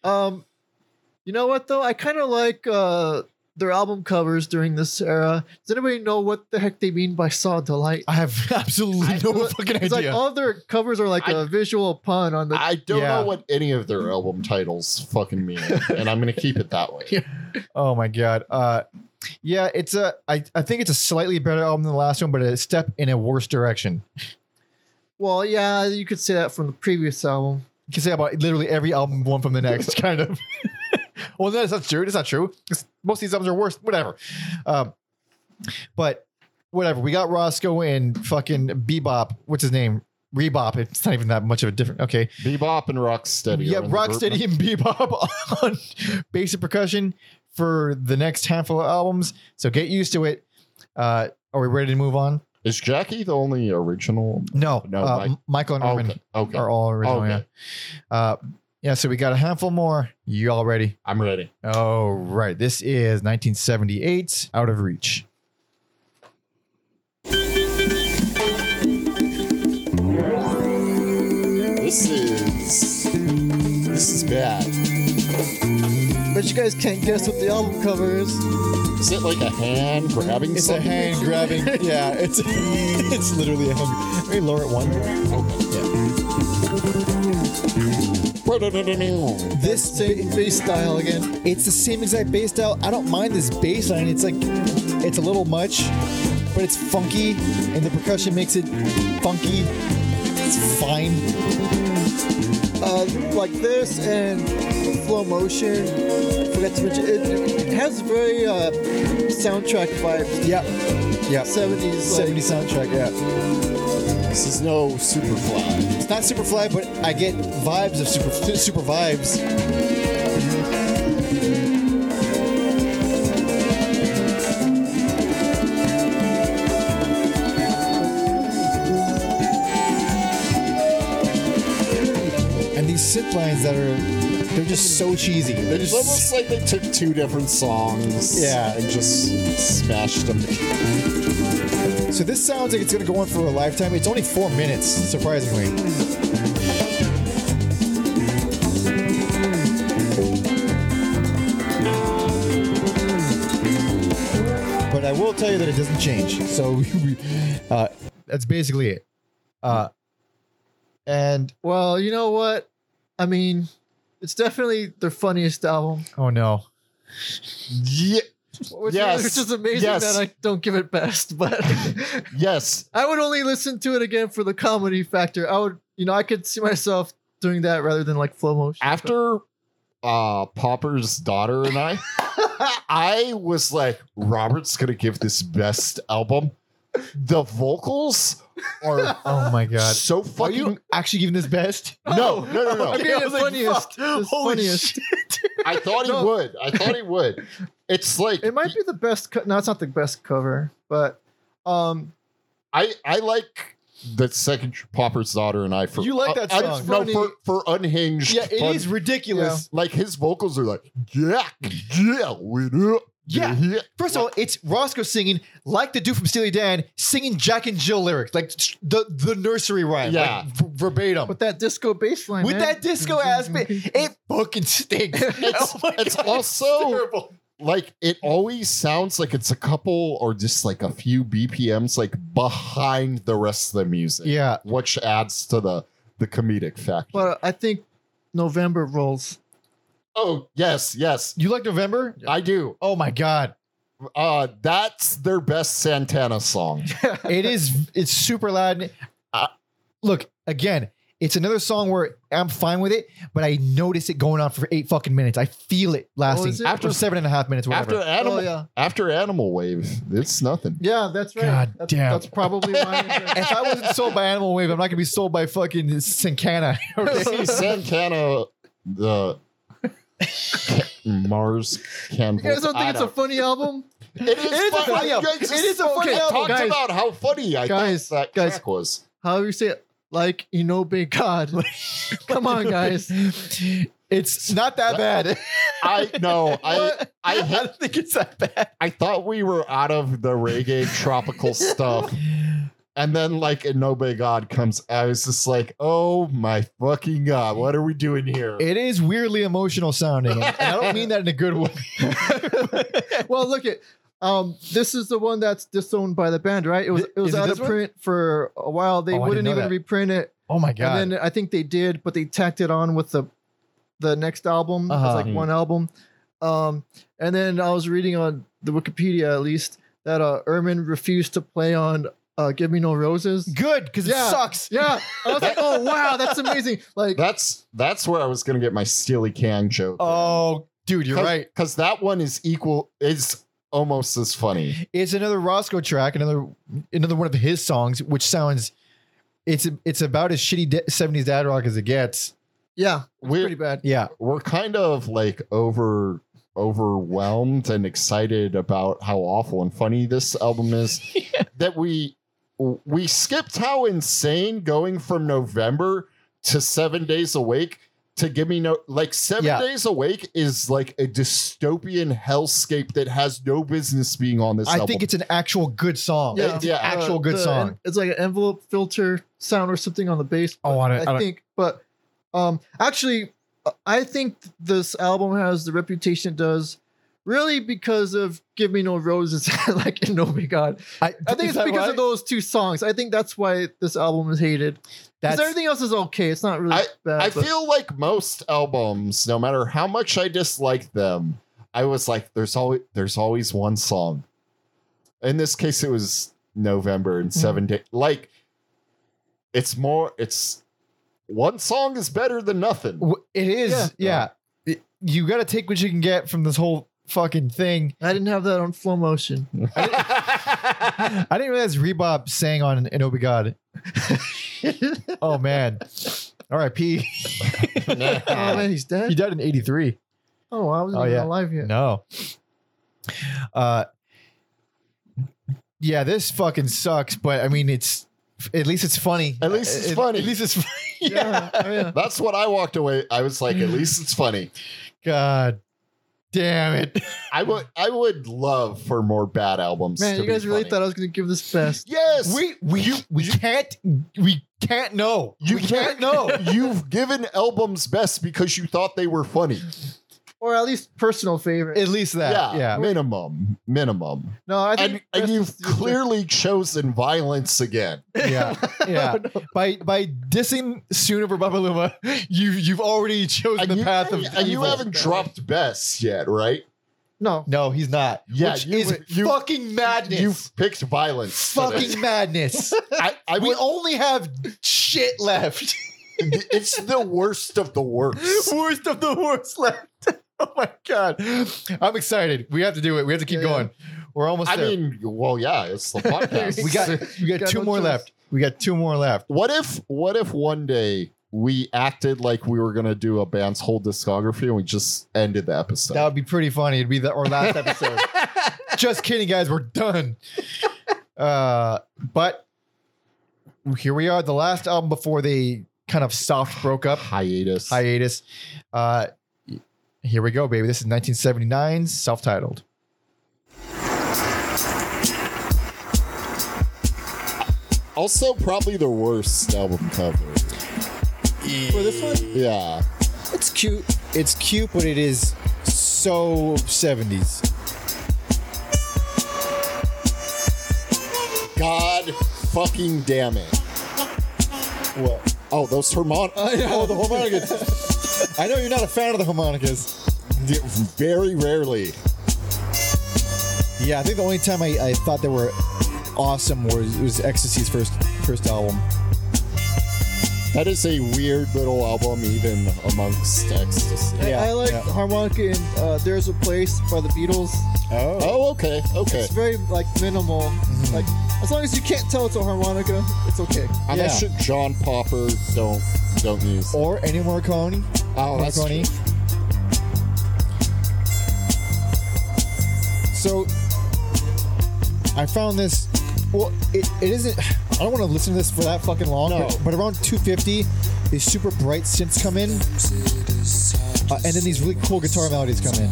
C: um you know what though i kind of like uh their album covers during this era does anybody know what the heck they mean by saw delight
A: I have absolutely no
C: I-
A: fucking idea.
C: it's like oh. all their covers are like a
B: I-
C: visual pun on the
B: I don't
A: Yeah.
B: know what any of their album titles fucking mean, and I'm gonna keep it that way.
A: Oh my god. Uh yeah, it's a I, I think it's a slightly better album than the last one, but a step in a worse direction.
C: Well, yeah, you could say that from the previous album.
A: You can say about literally every album one from the next, kind of. well, that's not true. That's not true. 'Cause Most of these albums are worse. Whatever. Um but whatever. We got Roscoe and fucking Bebop. What's his name? Rebop. It's not even that much of a different okay.
B: Bebop and Rocksteady.
A: Yeah,
B: are in the group
A: Rocksteady and Bebop on basic percussion for the next handful of albums. So get used to it. Uh are we ready to move on?
B: now. Is Jackie the only original?
A: No,
B: No,
A: uh,
B: Mike- Oh,
A: M- Michael and Irwin
B: Okay, okay.
A: are all original.
B: Okay.
A: Yeah. Uh, yeah, so we got a handful more. You all ready?
B: I'm ready.
A: All right. This is 1978's Out of Reach.
B: This is this is bad.
D: But you guys can't guess what the album cover is.
B: Is it like a hand grabbing
D: It's a
B: something?
D: hand grabbing. Yeah, it's it's literally a hand. Let me lower it one. This
C: Same bass style again.
D: It's the same exact bass style. I don't mind this bass line. It's like, it's a little much, but it's funky, and the percussion makes it funky. It's fine. uh, like this and slow motion. I forgot to mention it, it has very uh, soundtrack vibes. Yeah. Yeah. 70s. 70 Like, soundtrack, yeah.
B: This is no Superfly.
D: It's not Superfly, but I get vibes of Super, super vibes. And these synth lines that are, they're just so cheesy. They're
B: It's almost
D: just,
B: like they took two different songs,
D: Yeah.
B: and just smashed them. together.
D: so this sounds like it's gonna go on for a lifetime. It's only four minutes, surprisingly. But I will tell you that it doesn't change. So uh,
A: That's basically it. Uh, and
C: Well, you know what? I mean, it's definitely their funniest album.
A: oh no,
B: Yeah.
C: Which
B: Yes.
C: is, which is amazing
B: Yes.
C: that I don't give it best, but
B: Yes.
C: I would only listen to it again for the comedy factor. I would, you know, I could see myself doing that rather than like flow motion.
B: After uh, Popper's daughter and I, I was like, Robert's gonna give this best album. The vocals are
A: oh my god.
B: so
A: Are
B: fucking.
A: you Oh. actually giving this best?
B: no, no, no, no.
C: I mean,
A: Okay, I
C: the
A: was like,
C: funniest, the
A: holy
C: funniest.
B: I thought he
C: No.
B: would. I thought he would. It's like
C: It might be the best. Co- no, it's not the best cover, but um,
B: I I like the second Popper's daughter and I for
A: You like that
B: uh, un-
A: song.
B: no,
C: Funny.
B: for for unhinged.
A: Yeah, it is
B: fun-
A: ridiculous.
B: Like his vocals are like yeah yeah we do
A: Yeah. First of all, it's Roscoe singing like the dude from Steely Dan singing Jack and Jill lyrics, like the the nursery rhyme,
B: Yeah.
A: like, v- verbatim.
C: with that disco bass line,
A: With
C: man.
A: that disco ass, bit, it fucking stinks.
B: It's,
A: Oh my
B: it's
A: God,
B: also
A: terrible.
B: like it always sounds like it's a couple or just like a few BPMs like behind the rest of the music.
A: Yeah.
B: which adds to the the comedic factor.
C: But I think November rolls.
B: oh yes, yes,
A: You like November?
B: I do.
A: Oh my god.
B: Uh, that's their best Santana song.
C: Oh,
A: It is it's super loud. and- uh, look, again, it's another song where I'm fine with it, but I notice it going on for eight fucking minutes. I feel it lasting
C: is it?
A: after seven and a half minutes, whatever.
B: Oh, After animal,
C: Oh yeah,
B: after Animal Wave, it's nothing.
C: yeah, that's right.
A: God
C: that's,
A: damn.
C: that's probably why.
A: if I wasn't sold by Animal Wave, I'm not gonna be sold by fucking Sincana.
B: See, Santana, the Mars can.
C: You guys don't think it's a funny album,
B: It is,
A: is a
B: fun-
A: funny
B: I-
A: album.
B: I just
A: It is a funny
B: fucking
A: album,
B: Talked
A: guys.
B: about how funny I
C: Guys,
B: thought that
C: guys.
B: track was.
C: However you say it, like Inobe God. Come on, guys.
A: it's not that bad.
B: I know. I
A: What?
B: I
A: I
B: had,
A: don't think it's that bad.
B: I thought we were out of the reggae tropical stuff. And then like Inobe God comes. I was just like, oh my fucking god, what are we doing here?
A: It is weirdly emotional sounding, and I don't mean that in a good way.
C: Well, look at um, this is the one that's disowned by the band, right? It was
A: Th-
C: it was
A: is it
C: out
A: this
C: of
A: one?
C: print for a while. They
A: Oh, I didn't
C: wouldn't
A: know
C: even
A: that.
C: reprint it.
A: oh my god!
C: And then I think they did, but they tacked it on with the the next album. It
A: Uh-huh.
C: was like one album. Um, and then I was reading on the Wikipedia at least that uh Ehrman refused to play on uh Give Me No Roses.
A: good because
C: Yeah.
A: it sucks.
C: Yeah. I was like, oh wow, that's amazing. Like
B: That's that's where I was gonna get my Steely Can joke.
A: Oh, dude, you're right.
B: Because that one is equal is almost as funny.
A: It's another Roscoe track, another another one of his songs, which sounds it's it's about as shitty de- '70s dad rock as it gets.
C: yeah, pretty
B: We're
C: bad.
A: Yeah,
B: we're kind of like over overwhelmed and excited about how awful and funny this album is that we we skipped how insane going from November to seven days awake to give me no like seven
A: Yeah.
B: days awake is like a dystopian hellscape that has no business being on this
A: I
B: album.
A: think it's an actual good song.
C: Yeah. Uh,
A: It's an actual good
C: The-
A: song.
C: It's like an envelope filter sound or something on the bass.
A: Oh, I,
C: I, think. But um, actually, uh, I think this album has the reputation it does, really because of "Give Me No Roses" and like "And Oh My God." I think it's because of those two songs. I think that's why this album is hated. Because
A: That's,
C: everything else is okay. It's not really bad.
B: I
C: but-
B: feel like most albums, no matter how much I dislike them, I was like, there's always there's always one song. In this case, it
C: Mm-hmm.
B: was November and seven days. Like, it's more. It's one song is better than nothing.
A: W- It is, yeah. It- you got to take what you can get from this whole fucking thing.
C: I didn't have that on Flow Motion.
A: I didn't realize Rebop sang on an Obi God. oh man, R.I.P.
C: Oh man, he's
A: He
C: dead.
A: died in '83.
C: Oh, I wasn't
A: Oh,
C: even
A: yeah.
C: alive yet.
A: No. Uh, yeah, this fucking sucks. But I mean, it's at least it's funny.
B: At least it's
A: At-
B: funny.
A: At least it's funny.
C: Yeah, oh, yeah.
B: That's what I walked away. I was like, at least it's funny.
A: God damn it.
B: I would I would love for more bad albums.
C: Man,
B: to
C: you
B: be
C: guys really
B: funny.
C: thought I was gonna give this best.
B: Yes.
A: We we we can't we can't know.
B: You
A: we can't know.
B: You've given albums best because you thought they were funny.
C: Or at least personal favorite.
A: At least that.
B: yeah.
A: Yeah.
B: Minimum. Minimum.
C: no, I think
B: And, and
C: best
B: you've
C: is-
B: clearly chosen violence again.
A: Yeah. Yeah. By by dissing Soon over Babaluma, you you've already chosen
B: And
A: the
B: you,
A: path of
B: and you
A: evil.
B: haven't dropped best yet, right?
C: No.
A: No, he's not.
B: Yeah,
A: Which
B: you-
A: is
B: you-
A: fucking madness.
B: You've picked violence. today.
A: fucking madness.
B: I, I
A: we
B: would,
A: only have shit left.
B: it's the worst of the worst.
A: worst of the worst left. Oh my god. I'm excited. We have to do it. We have to keep
C: Yeah, yeah.
A: going. We're almost
B: I
A: there.
B: mean, well, yeah, it's the podcast.
A: we got we got,
C: got
A: two
C: no
A: more
C: choice.
A: left. We got two more left.
B: What if what if one day we acted like we were gonna do a band's whole discography and we just ended the episode?
A: That would be pretty funny. It'd be the, our last episode. Just kidding, guys. We're done. Uh, but here we are, the last album before they kind of soft broke up
B: hiatus.
A: hiatus. Uh, here we go, baby. This is 1979's self-titled.
B: also, probably the worst album cover.
D: For this one,
B: Yeah,
D: it's cute. It's cute, but it is so 70s.
B: God fucking damn it!
D: What?
B: Oh, those harmon.
D: I know the harmonicas. I know you're not a fan of the harmonicas.
B: Very rarely.
D: Yeah, I think the only time I, I thought they were awesome was, was Ecstasy's first first album.
B: That is a weird little album, even amongst ecstasy.
C: I-
D: Yeah,
C: I like
D: yeah.
C: harmonica in uh, "There's a Place" by the Beatles.
D: Oh,
B: Oh, okay, okay.
C: It's very like minimal.
A: Mm-hmm.
C: Like as long as you can't tell it's a harmonica, it's okay.
B: Unless you're John Popper, don't don't use.
D: or any Morricone.
B: Oh, that's
D: Morricone.
B: true.
D: So I found this. Well, it, it isn't. I don't want to listen to this for that fucking long.
B: No.
D: But, but around 250, these super bright synths come in, uh, and then these really cool guitar melodies come in.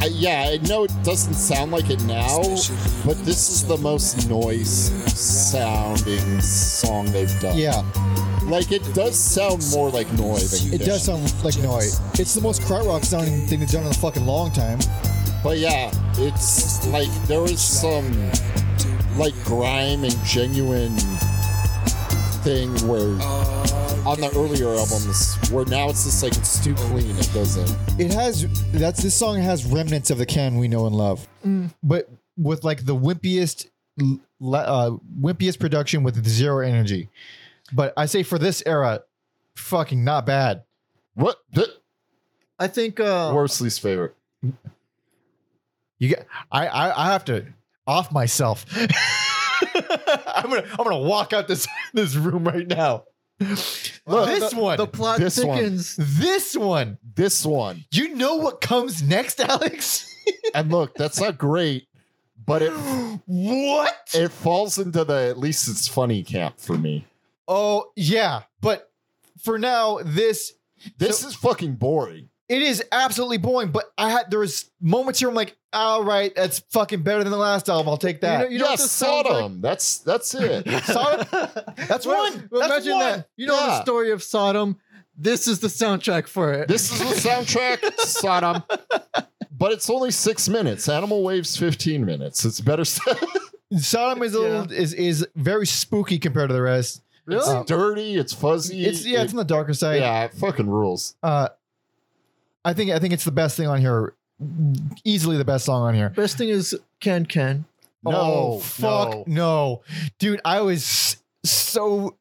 B: I, yeah, I know it doesn't sound like it now, but this is the most noise sounding song they've done.
D: Yeah,
B: Like it does sound more like Noi than
D: it does
B: Condition.
D: sound like noise. It's the most krautrock sounding thing they've done in a fucking long time.
B: But yeah, it's like there is some like grime and genuine thing where on the earlier albums where now it's just like it's too clean, it doesn't.
D: It has that's this song has remnants of the can we know and love.
A: but with like the wimpiest l- le- uh, wimpiest production with zero energy. But I say for this era, fucking not bad.
B: What the
C: I think uh,
B: worst least favorite?
A: You get, I, I, I have to off myself. I'm gonna, I'm gonna walk out this this room right now. this
C: the,
A: one,
C: the plot
B: This one.
C: thickens.
A: this one.
B: This one.
A: You know what comes next, Alex?
B: And look, that's not great, but it
A: what?
B: it falls into the at least it's funny camp for me.
A: Oh yeah, but for now, this
B: This
A: So-
B: is fucking boring.
A: It is absolutely boring, but I had there was moments here I'm like, all right, that's fucking better than the last album. I'll take that.
C: You know what
B: yes,
C: this sounds like?
B: Sodom. That's that's it.
A: Sodom- that's
C: Well,
A: one.
C: well,
A: That's
C: imagine
A: one.
C: that. You know
B: Yeah.
C: the story of Sodom. This is the soundtrack for it.
B: this is the soundtrack, Sodom. But it's only six minutes. Animal Waves, fifteen minutes. It's better. s-
A: Sodom is a little is is very spooky compared to the rest.
B: it's
A: Really?
B: dirty. It's fuzzy.
A: It's yeah, it's
B: it-
A: on the darker side.
B: yeah, it fucking rules.
A: Uh, I think I think it's the best thing on here. Easily the best song on here.
C: Best thing is Can Can.
B: No,
A: oh, fuck
B: no.
A: no. dude! I was s- so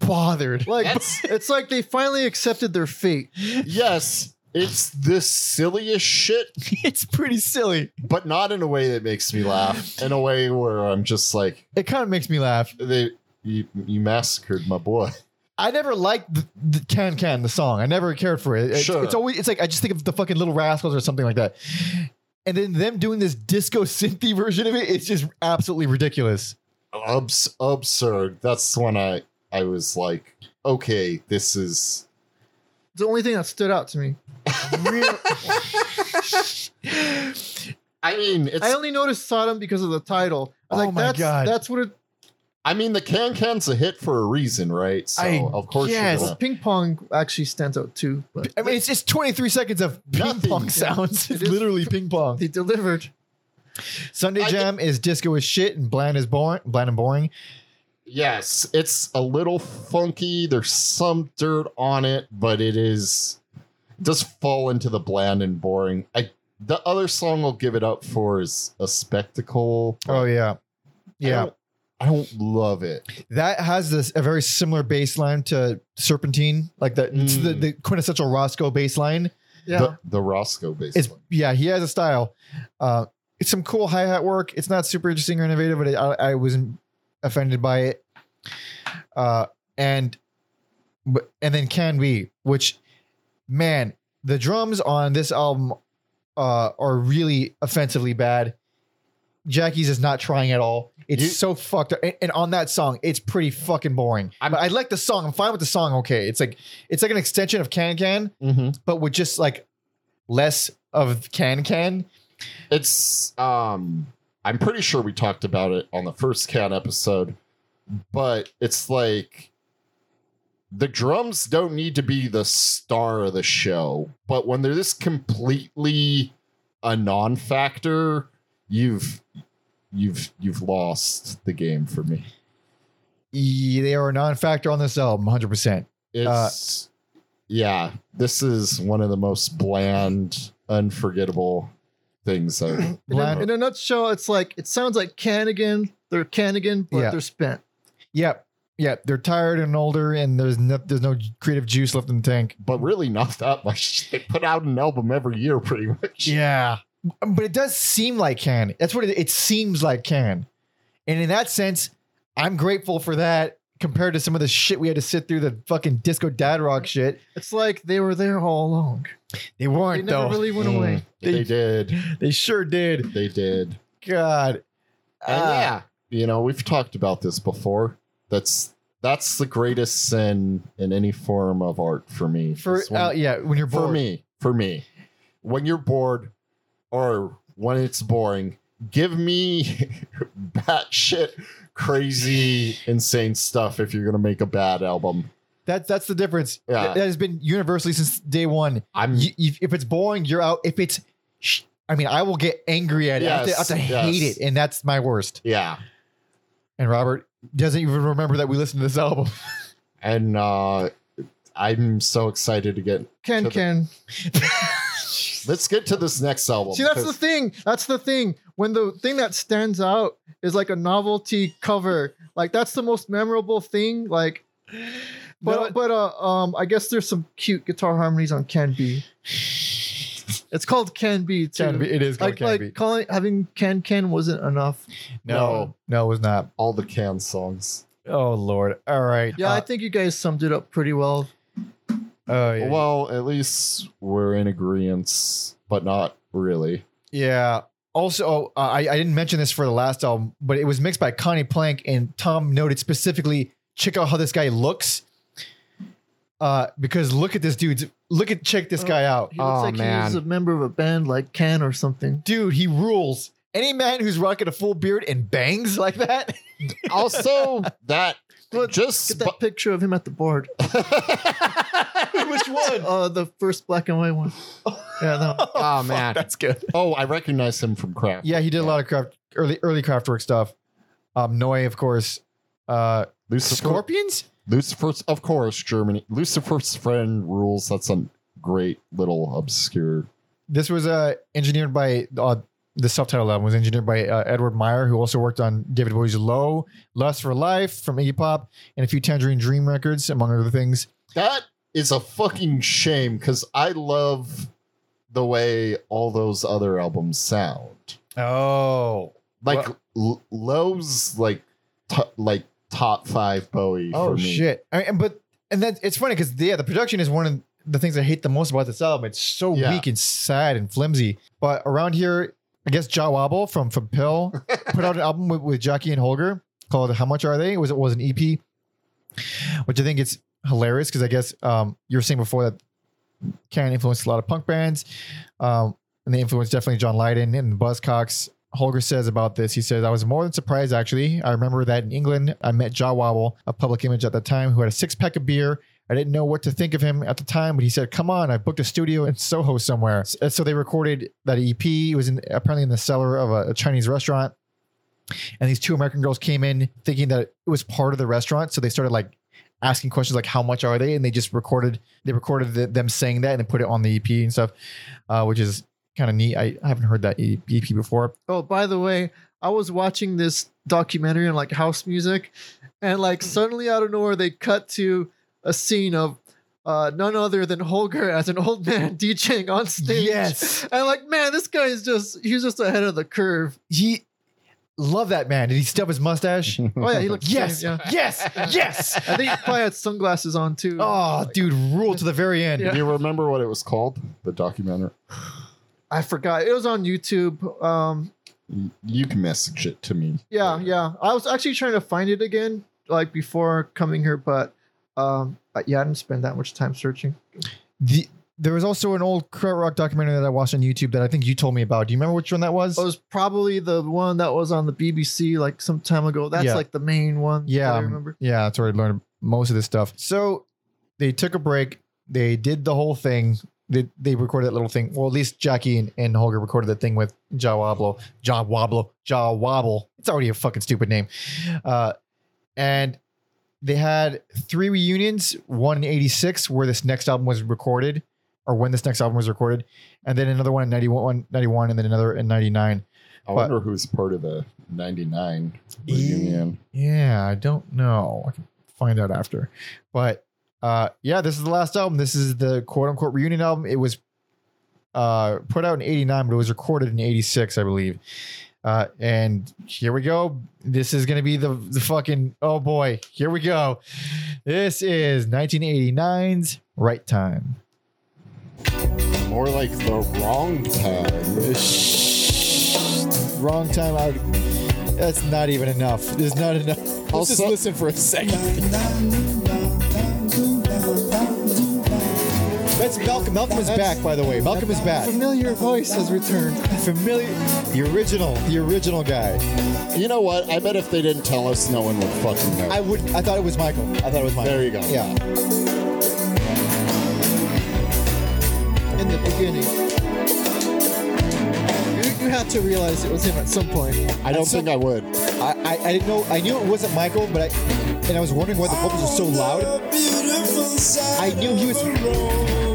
A: bothered.
C: Like
B: That's-
C: it's like they finally accepted their fate.
B: yes, it's the silliest shit,
A: it's pretty silly.
B: but not in a way that makes me laugh. In a way where I'm just like,
A: It kind of makes me laugh.
B: they you, you massacred my boy.
A: I never liked the, the Can Can the song. I never cared for it. It's,
B: Sure.
A: it's always it's like I just think of the fucking Little Rascals or something like that. And then them doing this disco synthy version of it, it's just absolutely ridiculous.
B: Abs- absurd. That's when I I was like, okay, this is
C: It's the only thing that stood out to me.
B: I mean, it's
C: I only noticed Sodom because of the title. I was
A: Oh
C: like,
A: my
C: that's
A: God.
C: that's what it
B: I mean, the can can's a hit for a reason, right? So
A: I
B: of course, you're
A: guess.
B: gonna-
C: ping pong actually stands out too, but
A: I mean, it's just 23 seconds of ping
B: Nothing.
A: pong sounds. It's
C: is-
A: literally ping pong.
C: they delivered.
A: Sunday
B: I
A: Jam is disco as shit and bland is boring. Bland and boring.
B: yes, it's a little funky. There's some dirt on it, but it is does fall into the bland and boring. I the other song I'll give it up for is a spectacle.
A: Oh yeah,
B: I
A: yeah.
B: don't, I don't love it.
A: That has this a very similar bass line to Serpentine, like that. It's the,
B: Mm.
A: the quintessential Roscoe bass line.
C: Yeah.
B: The, the Roscoe bass.
A: It's
B: line.
A: yeah, he has a style. Uh, it's some cool hi hat work. It's not super interesting or innovative, but I, I wasn't offended by it. Uh, and but- and then Can Be, which man, the drums on this album uh, are really offensively bad. Jackie's is not trying at all. It's
B: You-
A: so fucked up. And, and on that song, it's pretty fucking boring. i
B: I'm-
A: I like the song. I'm fine with the song. Okay, it's like it's like an extension of Can Can
B: Mhm.
A: but with just like less of can can.
B: It's um I'm pretty sure we talked about it on the first can episode, but it's like the drums don't need to be the star of the show, but when they're this completely a non-factor, you've you've you've lost the game for me.
A: Yeah, They are a non-factor on this album, hundred percent.
B: It's yeah, this is one of the most bland, unforgettable things I've
C: In a,
A: Bland.
C: in a nutshell, it's like it sounds like Canigan. They're Canigan, but
A: Yeah.
C: they're spent.
A: Yep, yep. They're tired and older, and there's no, there's no creative juice left in the tank.
B: but really not that much. They put out an album every year, pretty much.
A: Yeah, but it does seem like can. That's what it, it seems like can. And in that sense, I'm grateful for that. Compared to some of the shit we had to sit through, the fucking disco dad rock shit.
C: It's like they were there all along.
A: They
C: They
A: weren't
C: never
A: though.
C: really went away.
B: Mm, They,
A: They-
B: did.
A: they sure did.
B: They did.
A: God.
B: And
A: Ah.
B: yeah, you know, we've talked about this before. That's that's the greatest sin in any form of art for me.
A: For
B: It's when-
A: uh, yeah, when you're
B: for
A: bored.
B: me, for me, when you're bored or when it's boring, give me batshit crazy, insane stuff if you're gonna make a bad album.
A: That's that's the difference.
B: Yeah. Mm-hmm.
A: That- That has been universally since day one.
B: I'm
A: You, if, if it's boring, you're out. If it's, sh- I mean, I will get angry at it. I have to, I have to
B: Yes, yes.
A: hate it, and that's my worst.
B: yeah.
A: And Robert doesn't even remember that we listened to this album.
B: and uh I'm so excited to get.
C: Can
B: Mm. So the-
C: can.
B: Let's get to this next album.
C: See, that's the
B: because
C: thing. That's the thing. When the thing that stands out is like a novelty cover, like that's the most memorable thing. Like, but but uh, um, I guess there's some cute guitar harmonies on Can Be. It's called Can Be too.
A: Can be, it is
C: Like
A: like, can
C: like
A: be.
C: calling having Can Can wasn't enough.
A: No, no, it was not.
B: all the can songs.
A: Oh Lord! All right.
C: Yeah, I
A: Uh,
C: think you guys summed it up pretty well.
A: oh yeah.
B: Well, at least we're in agreement, but not really.
A: yeah. Also, uh, I I didn't mention this for the last album, but it was mixed by Connie Plank, and Tom noted specifically, check out how this guy looks. Uh, because look at this dude's look at check this guy out.
C: He looks
B: Oh,
C: like
B: man.
C: he's a member of a band like Can or something.
A: dude, he rules. Any man who's rocking a full beard and bangs like that,
B: Also, that
C: Look,
B: just
C: Get that picture of him at the board.
A: which one?
C: Uh, the first black and white one. Yeah, that one.
B: oh man.
A: That's good.
B: Oh, I recognize him from Craft.
A: Yeah, he did a lot of craft early early craftwork stuff. Um, Noi, of course. Uh,
B: Lucifer,
A: Scorpions.
B: Lucifer's, of course, Germany. Lucifer's friend rules. That's a great little obscure.
A: This was uh engineered by uh, the subtitle album was engineered by uh, Edward Meyer, who also worked on David Bowie's "Low," "Lust for Life" from Iggy Pop, and a few Tangerine Dream records, among other things.
B: That is a fucking shame because I love the way all those other albums sound.
A: Oh,
B: Like L- Lowe's, like to- like top five Bowie.
A: Oh
B: for me.
A: shit! I mean, but and that it's funny because yeah, the production is one of the things I hate the most about this album. It's so
B: Yeah.
A: weak and sad and flimsy. But around here, I guess Ja Wobble from from Pill put out an album with, with Jackie and Holger called "How Much Are They?" It was it was an EP, which I think it's hilarious because I guess um, you were saying before that Karen influenced a lot of punk bands, um, and they influenced definitely John Lydon and the Buzzcocks. Holger says about this. He says, I was more than surprised, actually. I remember that in England, I met Ja Wobble, a public image at the time, who had a six pack of beer. I didn't know what to think of him at the time, but he said, Come on, I booked a studio in Soho somewhere. S- uh, So they recorded that EP. It was in, apparently in the cellar of a, a Chinese restaurant. And these two American girls came in thinking that it was part of the restaurant. So they started like asking questions like, How much are they? And they just recorded, they recorded the, them saying that and they put it on the EP and stuff, uh, which is kind of neat. I, I haven't heard that EP before.
C: Oh, by the way, I was watching this documentary on like house music, and like suddenly out of nowhere they cut to a scene of uh, none other than Holger as an old man DJing on stage.
A: Yes.
C: and like man, this guy is just he's just ahead of the curve.
A: he love that man. Did he stub his mustache?
C: Oh yeah, he looks
A: yes,
C: Yeah.
A: yes, yes.
C: I think he probably had sunglasses on too.
A: Oh, dude, rule to the very end.
B: Do you remember what it was called? The documentary.
C: I forgot. It was on YouTube. Um,
B: Y- You can message it to me.
C: yeah, yeah. I was actually trying to find it again, like before coming here, but um, but yeah, I didn't spend that much time searching.
A: The, there was also an old Kurt Rock documentary that I watched on YouTube that I think you told me about. Do you remember which one that was?
C: It was probably the one that was on the BBC like some time ago. That's
A: Yeah.
C: like the main one.
A: yeah,
C: that I
A: um,
C: remember.
A: yeah, that's where I learned most of this stuff. So they took a break. They did the whole thing. They, they recorded that little thing. Well, at least Jackie and, and Holger recorded that thing with Ja Wobble. Ja Wobble. Ja Wobble. It's already a fucking stupid name. Uh, and they had three reunions, one in 86, where this next album was recorded, or when this next album was recorded, and then another one in 91, 91 and then another in 99.
B: I
A: But-
B: wonder who's part of the 99 reunion.
A: Yeah, I don't know. I can find out after. But uh yeah, this is the last album. This is the quote unquote reunion album. It was uh put out in 89, but it was recorded in 86, I believe. Uh and here we go. This is gonna be the the fucking oh boy, here we go. This is 1989's right time.
B: More like the wrong time.
A: Wrong time out. That's not even enough. There's not enough.
D: Let's just listen for a second.
A: That's Malcolm. Malcolm is back, by the way. Malcolm is back.
D: Familiar voice has returned.
A: familiar the original the original guy
B: You know what? I bet if they didn't tell us, no one would fucking know.
A: i would i thought it was michael i thought it was michael
B: There you go.
A: yeah
C: In the beginning,
D: You, you had to realize it was him at some point.
B: I don't
A: That's so-
B: think I would.
A: I, I i didn't know i knew it wasn't michael but i and i was wondering why the vocals were so
E: Oh,
A: loud i knew he was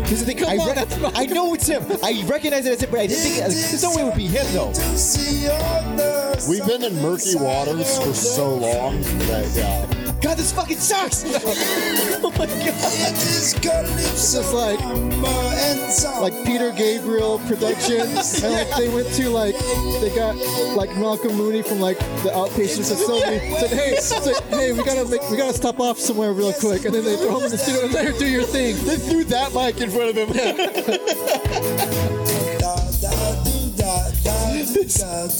A: here's the thing I, rec- I know it's him i recognize it as him but i didn't think there's no way it would be him though
B: We've been in murky waters for so long that yeah.
D: God, this fucking sucks! oh my god.
F: It's
D: just like-
F: like
D: Like Peter Gabriel Productions, and like they went to like they got like Malcolm Mooney from like the outpatients facility. Said hey, said, hey, we gotta make, we gotta stop off somewhere real quick, and then they throw him in the studio and let her do your thing.
B: They threw that mic in front of him.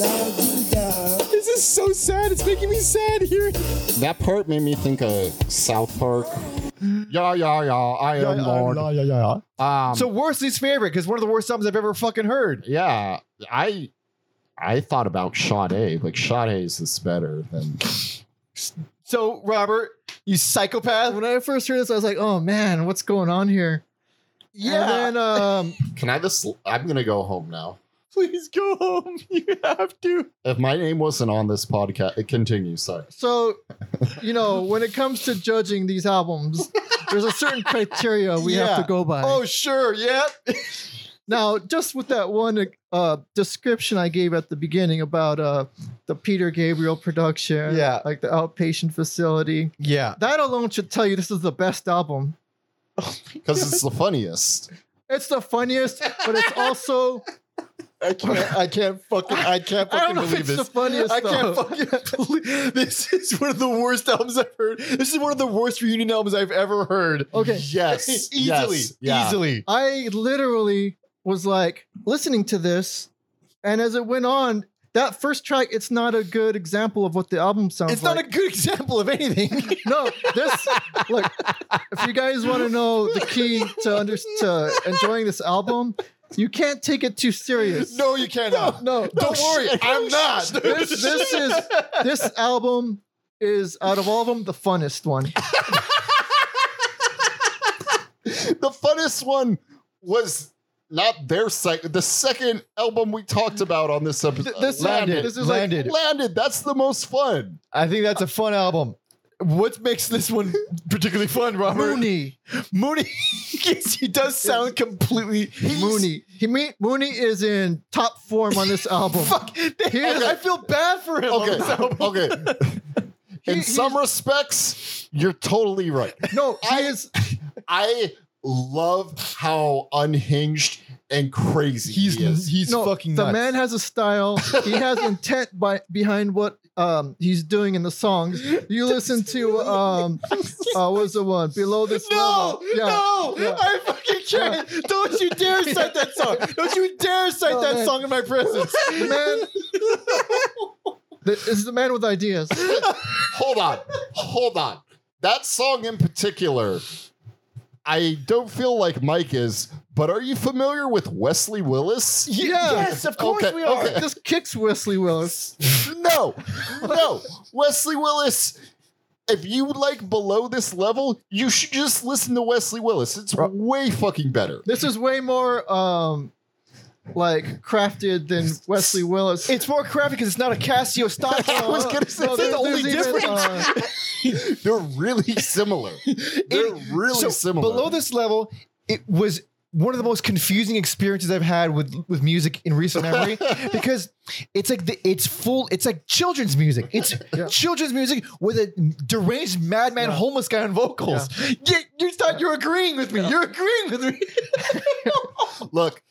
D: This is so sad. It's making me sad here.
B: that part made me think of South Park. Yeah, yeah, yeah. I am Lord.
A: Mm-hmm. yeah, yeah.
B: Um,
A: so worst least favorite because one of the worst albums i've ever fucking heard
B: yeah, I I thought about Sade. Like Sade's is better than
A: so robert you psychopath
C: when I first heard this, I was like, "Oh man, what's going on here?"
A: yeah
C: And then, um,
B: Can I just? I'm gonna go home now.
A: please go home you have to
B: If my name wasn't on this podcast, it continues. Sorry.
C: so you know, when it comes to judging these albums, there's a certain criteria we have
A: Yeah.
C: to go by.
A: oh sure yeah
C: Now, just with that one uh, description I gave at the beginning about uh, the Peter Gabriel production,
A: Yeah.
C: like the outpatient facility.
A: Yeah.
C: That alone should tell you this is the best album.
B: because it's the funniest.
C: It's the funniest, but it's also
A: I can't. I can't fucking. I can't
C: I
A: fucking
C: don't know if
A: believe
C: it's the
A: this.
C: funniest.
A: I can't
C: though.
A: fucking believe this is one of the worst albums I've heard. This is one of the worst reunion albums I've ever heard.
C: Okay.
B: Yes,
A: easily,
B: yes, yeah.
A: easily.
C: I literally was like listening to this, and as it went on, that first track, it's not a good example of what the album sounds
A: It's
C: like.
A: not a good example of anything.
C: No, this look. If you guys want to know the key to under, to enjoying this album, you can't take it too serious.
A: no, you cannot.
C: no.
A: Don't worry, I'm not.
C: This this is this album is out of all of them the funnest one.
B: The funnest one was not their second. The second album we talked about on this episode.
C: Th- this-
B: landed.
C: this is like-
A: landed.
B: landed. That's the most fun.
A: I think that's a fun album. What makes this one particularly fun, Robert?
C: Mooney,
A: Mooney. yes, he does sound completely
C: Mooney, he me, Mooney is in top form on this album.
A: Fuck.
C: is-
A: I feel bad for him. on
B: Okay,
A: this album.
B: okay. In
C: He-
B: some respects, you're totally right.
C: No, he is.
B: I love how unhinged and crazy
A: He's
B: he is.
A: he's
C: no,
A: fucking
C: the
A: nuts.
C: man has a style. He has intent by, behind what um, he's doing in the songs. You listen to um, uh, what's the one below this
A: No,
C: level? Yeah.
A: no,
C: yeah.
A: I fucking can't. Don't you dare cite that song. Don't you dare cite
C: Oh,
A: that
C: man.
A: song in my presence.
C: The man. this is the man with ideas.
B: hold on, hold on. That song in particular, I don't feel like Mike is, but are you familiar with Wesley Willis?
A: Yes, of course
B: Okay,
A: we are.
B: okay.
C: This kicks Wesley Willis.
B: No, no, Wesley Willis. If you like below this level, you should just listen to Wesley Willis. It's way fucking better.
C: This is way more um, like crafted than Wesley Willis.
A: It's more crappy because it's not a Casio stock.
B: I was gonna say
C: No,
B: that's
C: there-
B: the only
C: there's even,
B: difference.
C: uh,
B: They're really similar. They're really
A: So,
B: similar.
A: Below this level, it was one of the most confusing experiences I've had with with music in recent memory because it's like the, it's full. It's like children's music. It's children's music with a deranged madman homeless guy on vocals. Yeah, you thought you're agreeing with me. You're agreeing with me.
B: Look,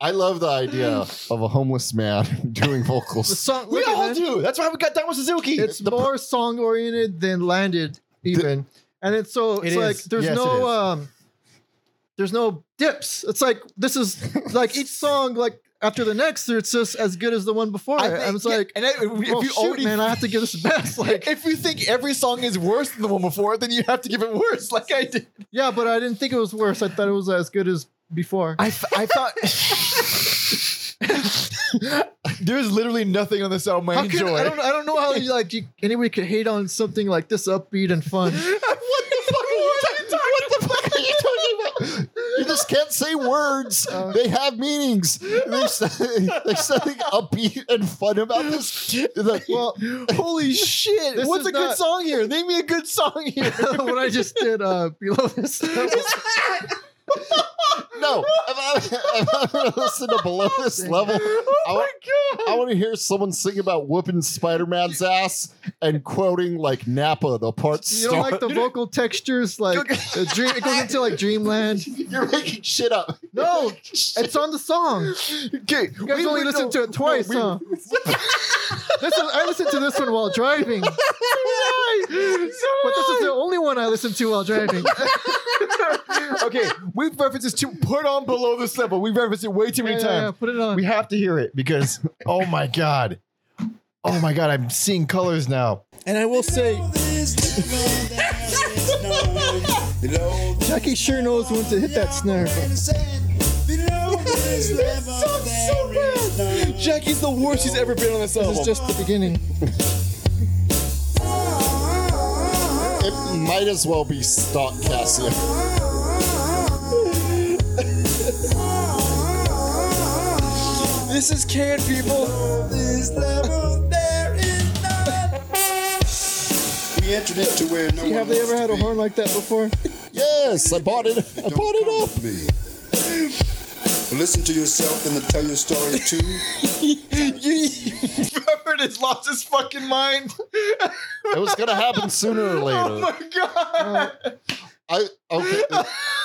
B: I love the idea of a homeless man doing
C: the
B: vocals.
C: song,
A: we
C: look at
A: all
C: it.
A: do. That's why we got Damo Suzuki.
C: it's more song oriented than landed even and it's so
A: It is.
C: it's like there's
A: Yes, it is.
C: no um there's no dips it's like this is like each song like after the next it's just as good as the one before
A: I
C: it. i
A: think-
C: was
A: yeah,
C: like
A: and I- if
C: well,
A: you
C: shoot,
A: already
C: man i have to give this the best like
A: if you think every song is worse than the one before, then you have to give it worse, like I did.
C: yeah but i didn't think it was worse i thought it was as good as before
A: I, f- I thought there's literally nothing on this album I
C: How could-
A: enjoy.
C: I don't. I don't know how you, like you, anybody could hate on something like this upbeat and
A: what
C: fun.
A: the fuck?
B: What the fuck are you talking about? You just can't say words.
A: Uh.
B: they have meanings. There's, there's something upbeat and fun about this. The-
C: Well,
A: Holy shit!
C: This
A: What's
C: is
A: a good
C: not-
A: song here? Name me a good song here.
C: what I just did uh, below this.
B: no, if I'm going to listen to below
A: Oh,
B: this level, I, wa- I want to hear someone sing about whooping Spider Man's ass and quoting like Napa, the part
C: You don't
B: star.
C: like the vocal textures, like the dream. It goes into like dreamland.
B: You're making shit up.
C: No, it's on the song.
A: okay,
C: You guys only listened to it twice, huh? this is, I listened to this one while driving, but this is the only one I listened to while driving.
A: okay. We've referenced this to put on below this level. We've referenced it way too many
C: Yeah, yeah,
A: times.
C: yeah, put it on.
A: We have to hear it because oh my god, oh my god, I'm seeing colors now.
D: And I will say, Jackie sure knows when to hit that snare.
A: Jackie's the worst he's ever been on this
D: This is just the beginning.
B: It might as well be stock Casio.
D: This is canned, people.
F: We entered it to where no
D: Have they ever had a horn like that before?
B: Yes, I bought it. I bought it off.
F: me. Listen to yourself and then tell your story too.
C: Pepper has lost his fucking mind.
B: It was gonna happen sooner or
C: Oh
B: later.
C: my god.
B: I okay.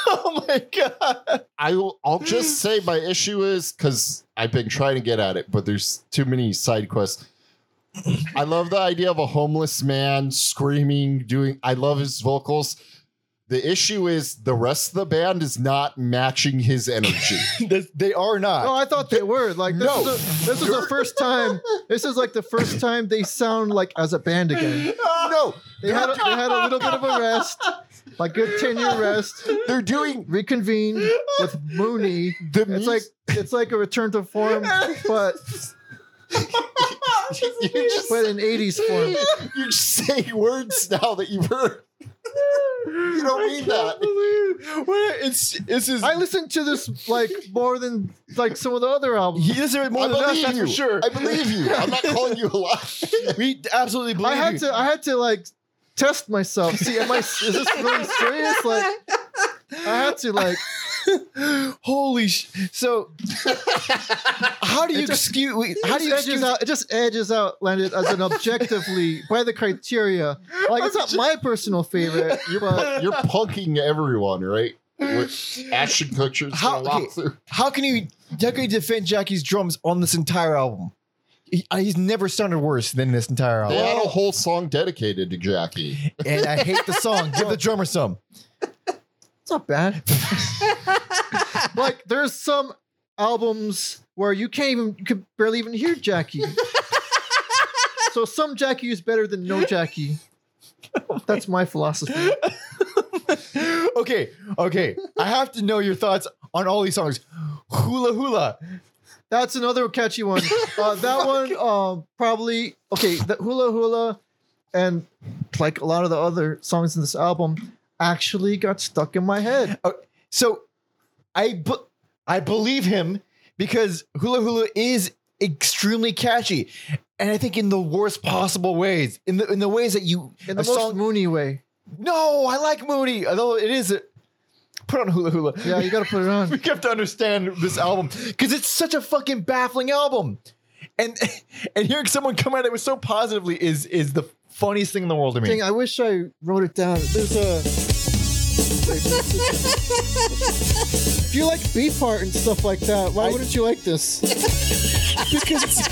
C: Oh my god.
B: I will. I'll just say my issue is because I've been trying to get at it, but there's too many side quests. I love the idea of a homeless man screaming, doing. I love his vocals. The issue is the rest of the band is not matching his energy.
A: They- they are not.
C: No, I thought they were. Like this
B: No.
C: is the, this is the
B: You're-
C: first time. This is like the first time they sound like as a band again.
B: no,
C: They had a, they had a little bit of a rest, like good ten year rest.
B: they're doing
C: Reconvened with Mooney.
B: the
C: It's
B: music.
C: like it's like a return to form, but
B: you just,
C: but in '80s form.
B: you're just saying words now that you've heard. You don't mean that.
A: What- it's this is
C: I listened to this like more than like some of the other albums.
A: he does it more
B: I
A: than us.
B: believe
A: That's
B: you.
A: for sure.
B: I believe you. I'm not calling you a liar.
A: we absolutely believe
C: I had
A: you.
C: to I had to like test myself. See, am I is this really serious? Like I had to like
A: Holy sh! So how do you
C: It just-
A: excuse? wait,
C: it
A: How
C: just
A: do you excuse?
C: edges out it just edges out landed as an objectively by the criteria. Like it's not my personal favorite, but
B: You're punking everyone, right? With action pictures
A: How-
B: gonna walk
A: okay.
B: through.
A: How can you? How can you defend Jackie's drums on this entire album? He- uh, he's never sounded worse than this entire
B: They
A: album,
B: had a whole song dedicated to Jackie.
A: and I hate the song. Give the drummer some.
C: it's not bad. like there's some albums where you can't even you can barely even hear Jackie. so some Jackie is better than no Jackie. That's my philosophy.
A: Okay, okay. I have to know your thoughts on all these songs. Hula hula.
C: That's another catchy one. Uh, that one um, probably okay. The Hula Hula, and like a lot of the other songs in this album, actually got stuck in my head.
A: So I be- I believe him because Hula Hula is extremely catchy. And I think in the worst possible ways, in the in the ways that you
C: In the
A: a
C: most
A: song-
C: Mooney way.
A: no, I like Moody, although it is a, put on Hula Hula.
C: Yeah, you gotta put it
A: we
C: on.
A: have to understand this album because it's such a fucking baffling album, and and hearing someone come at it with so positively is is the funniest thing in the world to me.
C: Dang, I wish I wrote it down.
D: There's a if you like beat part and stuff like that, why wouldn't you like this? because it's-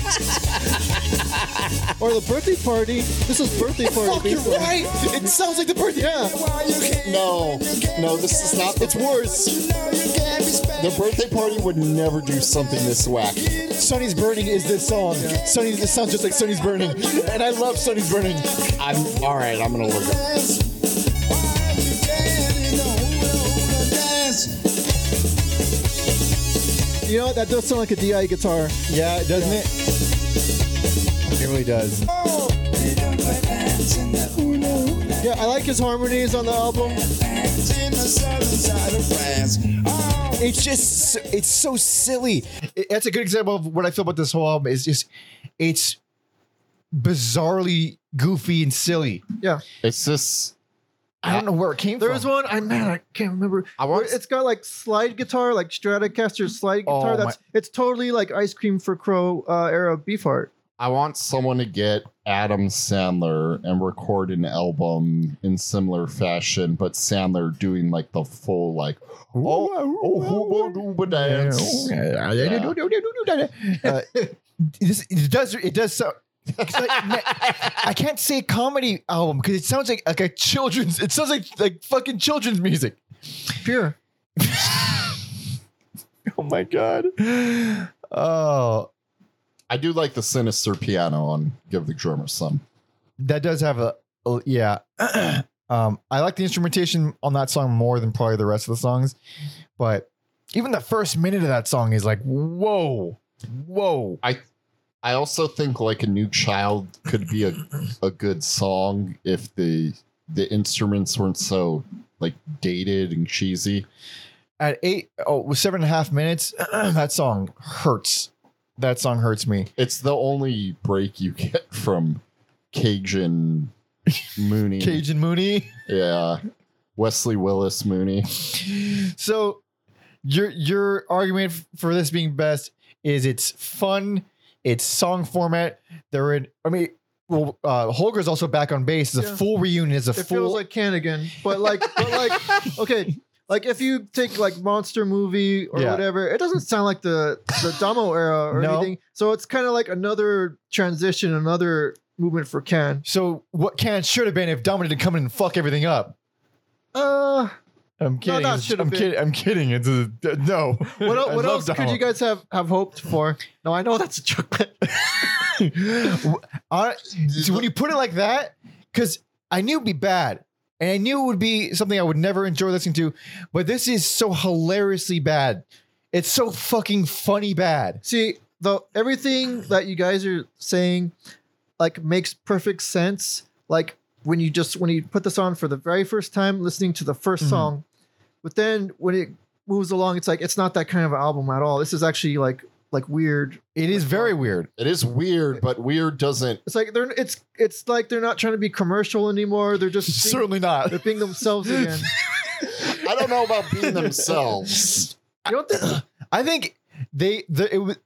D: or the birthday party. This is birthday party.
F: Fuck, you're
D: beat part.
F: right.
D: It sounds like the birthday. Yeah.
F: No, no, this is not. It's worse.
B: The birthday party would never do something this wacky.
D: Sunny's Burning is this song. Sunny's. This sounds just like Sunny's Burning, and I love Sunny's Burning.
B: I'm all right. I'm gonna look. Up.
D: You know what? That does sound like a Di guitar.
A: yeah, doesn't it? It really does.
F: Oh,
D: Yeah, I like his harmonies on the album.
A: It's just s- it's so silly. It- that's a good example of what I feel about this whole album. Is just it's bizarrely goofy and silly.
C: Yeah,
B: It's just
A: I don't know where it came
C: there
A: from.
C: was one. I man, I can't remember.
B: I want-
C: It's got like slide guitar, like Stratocaster slide
A: Oh,
C: guitar. That's it's totally like Ice Cream for Crow uh, era Beefheart.
B: I want someone to get Adam Sandler and record an album in similar fashion, but Sandler doing like the full like oh oh who will do the dance?
A: Uh, this it does it does so. 'cause I, I can't say comedy album because it sounds like like a children's. It sounds like like fucking children's music.
C: Pure.
A: Oh my god. Oh,
B: I do like the sinister piano on "Give the Drummer Some."
A: that does have a, a- yeah. um, I like the instrumentation on that song more than probably the rest of the songs, but even the first minute of that song is like whoa, whoa.
B: I also think like a new child could be a, a good song if the the instruments weren't so like dated and cheesy.
A: at eight oh with seven and a half minutes that song hurts that song hurts me
B: It's the only break you get from Cajun Mooney.
A: cajun mooney
B: Yeah. Wesley Willis Mooney.
A: so your your argument f- for this being best is it's fun, it's song format. They're in. I mean, well, uh, Holger's also back on bass. It's a
C: Yeah.
A: full reunion. It's a
C: it
A: full.
C: feels like Canigan, but like, but like, okay, like if you take like monster movie or
A: Yeah.
C: whatever, it doesn't sound like the the Damo era or
A: No.
C: anything. So it's kind of like another transition, another movement for Can.
A: so what can should have been if Dominic had come in and fuck everything up.
C: Uh,
A: I'm kidding.
C: that
A: It's-
C: should have
A: I'm
C: been-
A: kidding. I'm kidding. It's a, no.
C: what, el-
A: I
C: what
A: love
C: else could
A: Damo.
C: you guys have have hoped for? No, I know that's a joke. but-
A: Hon- see, when you put it like that, because I knew it'd be bad, and I knew it would be something I would never enjoy listening to, but this is so hilariously bad. It's so fucking funny bad.
C: See, though everything that you guys are saying like makes perfect sense. Like when you just when you put this on for the very first time, listening to the 1st
A: Mhm.
C: song, but then when it moves along, it's like it's not that kind of album at all. This is actually like like weird.
A: It is very weird.
B: It is weird, but weird doesn't.
C: It's like they're it's it's like they're not trying to be commercial anymore. They're just being,
A: Certainly not.
C: they're being themselves again.
B: I don't know about being themselves.
C: You don't think
A: I think they the, it was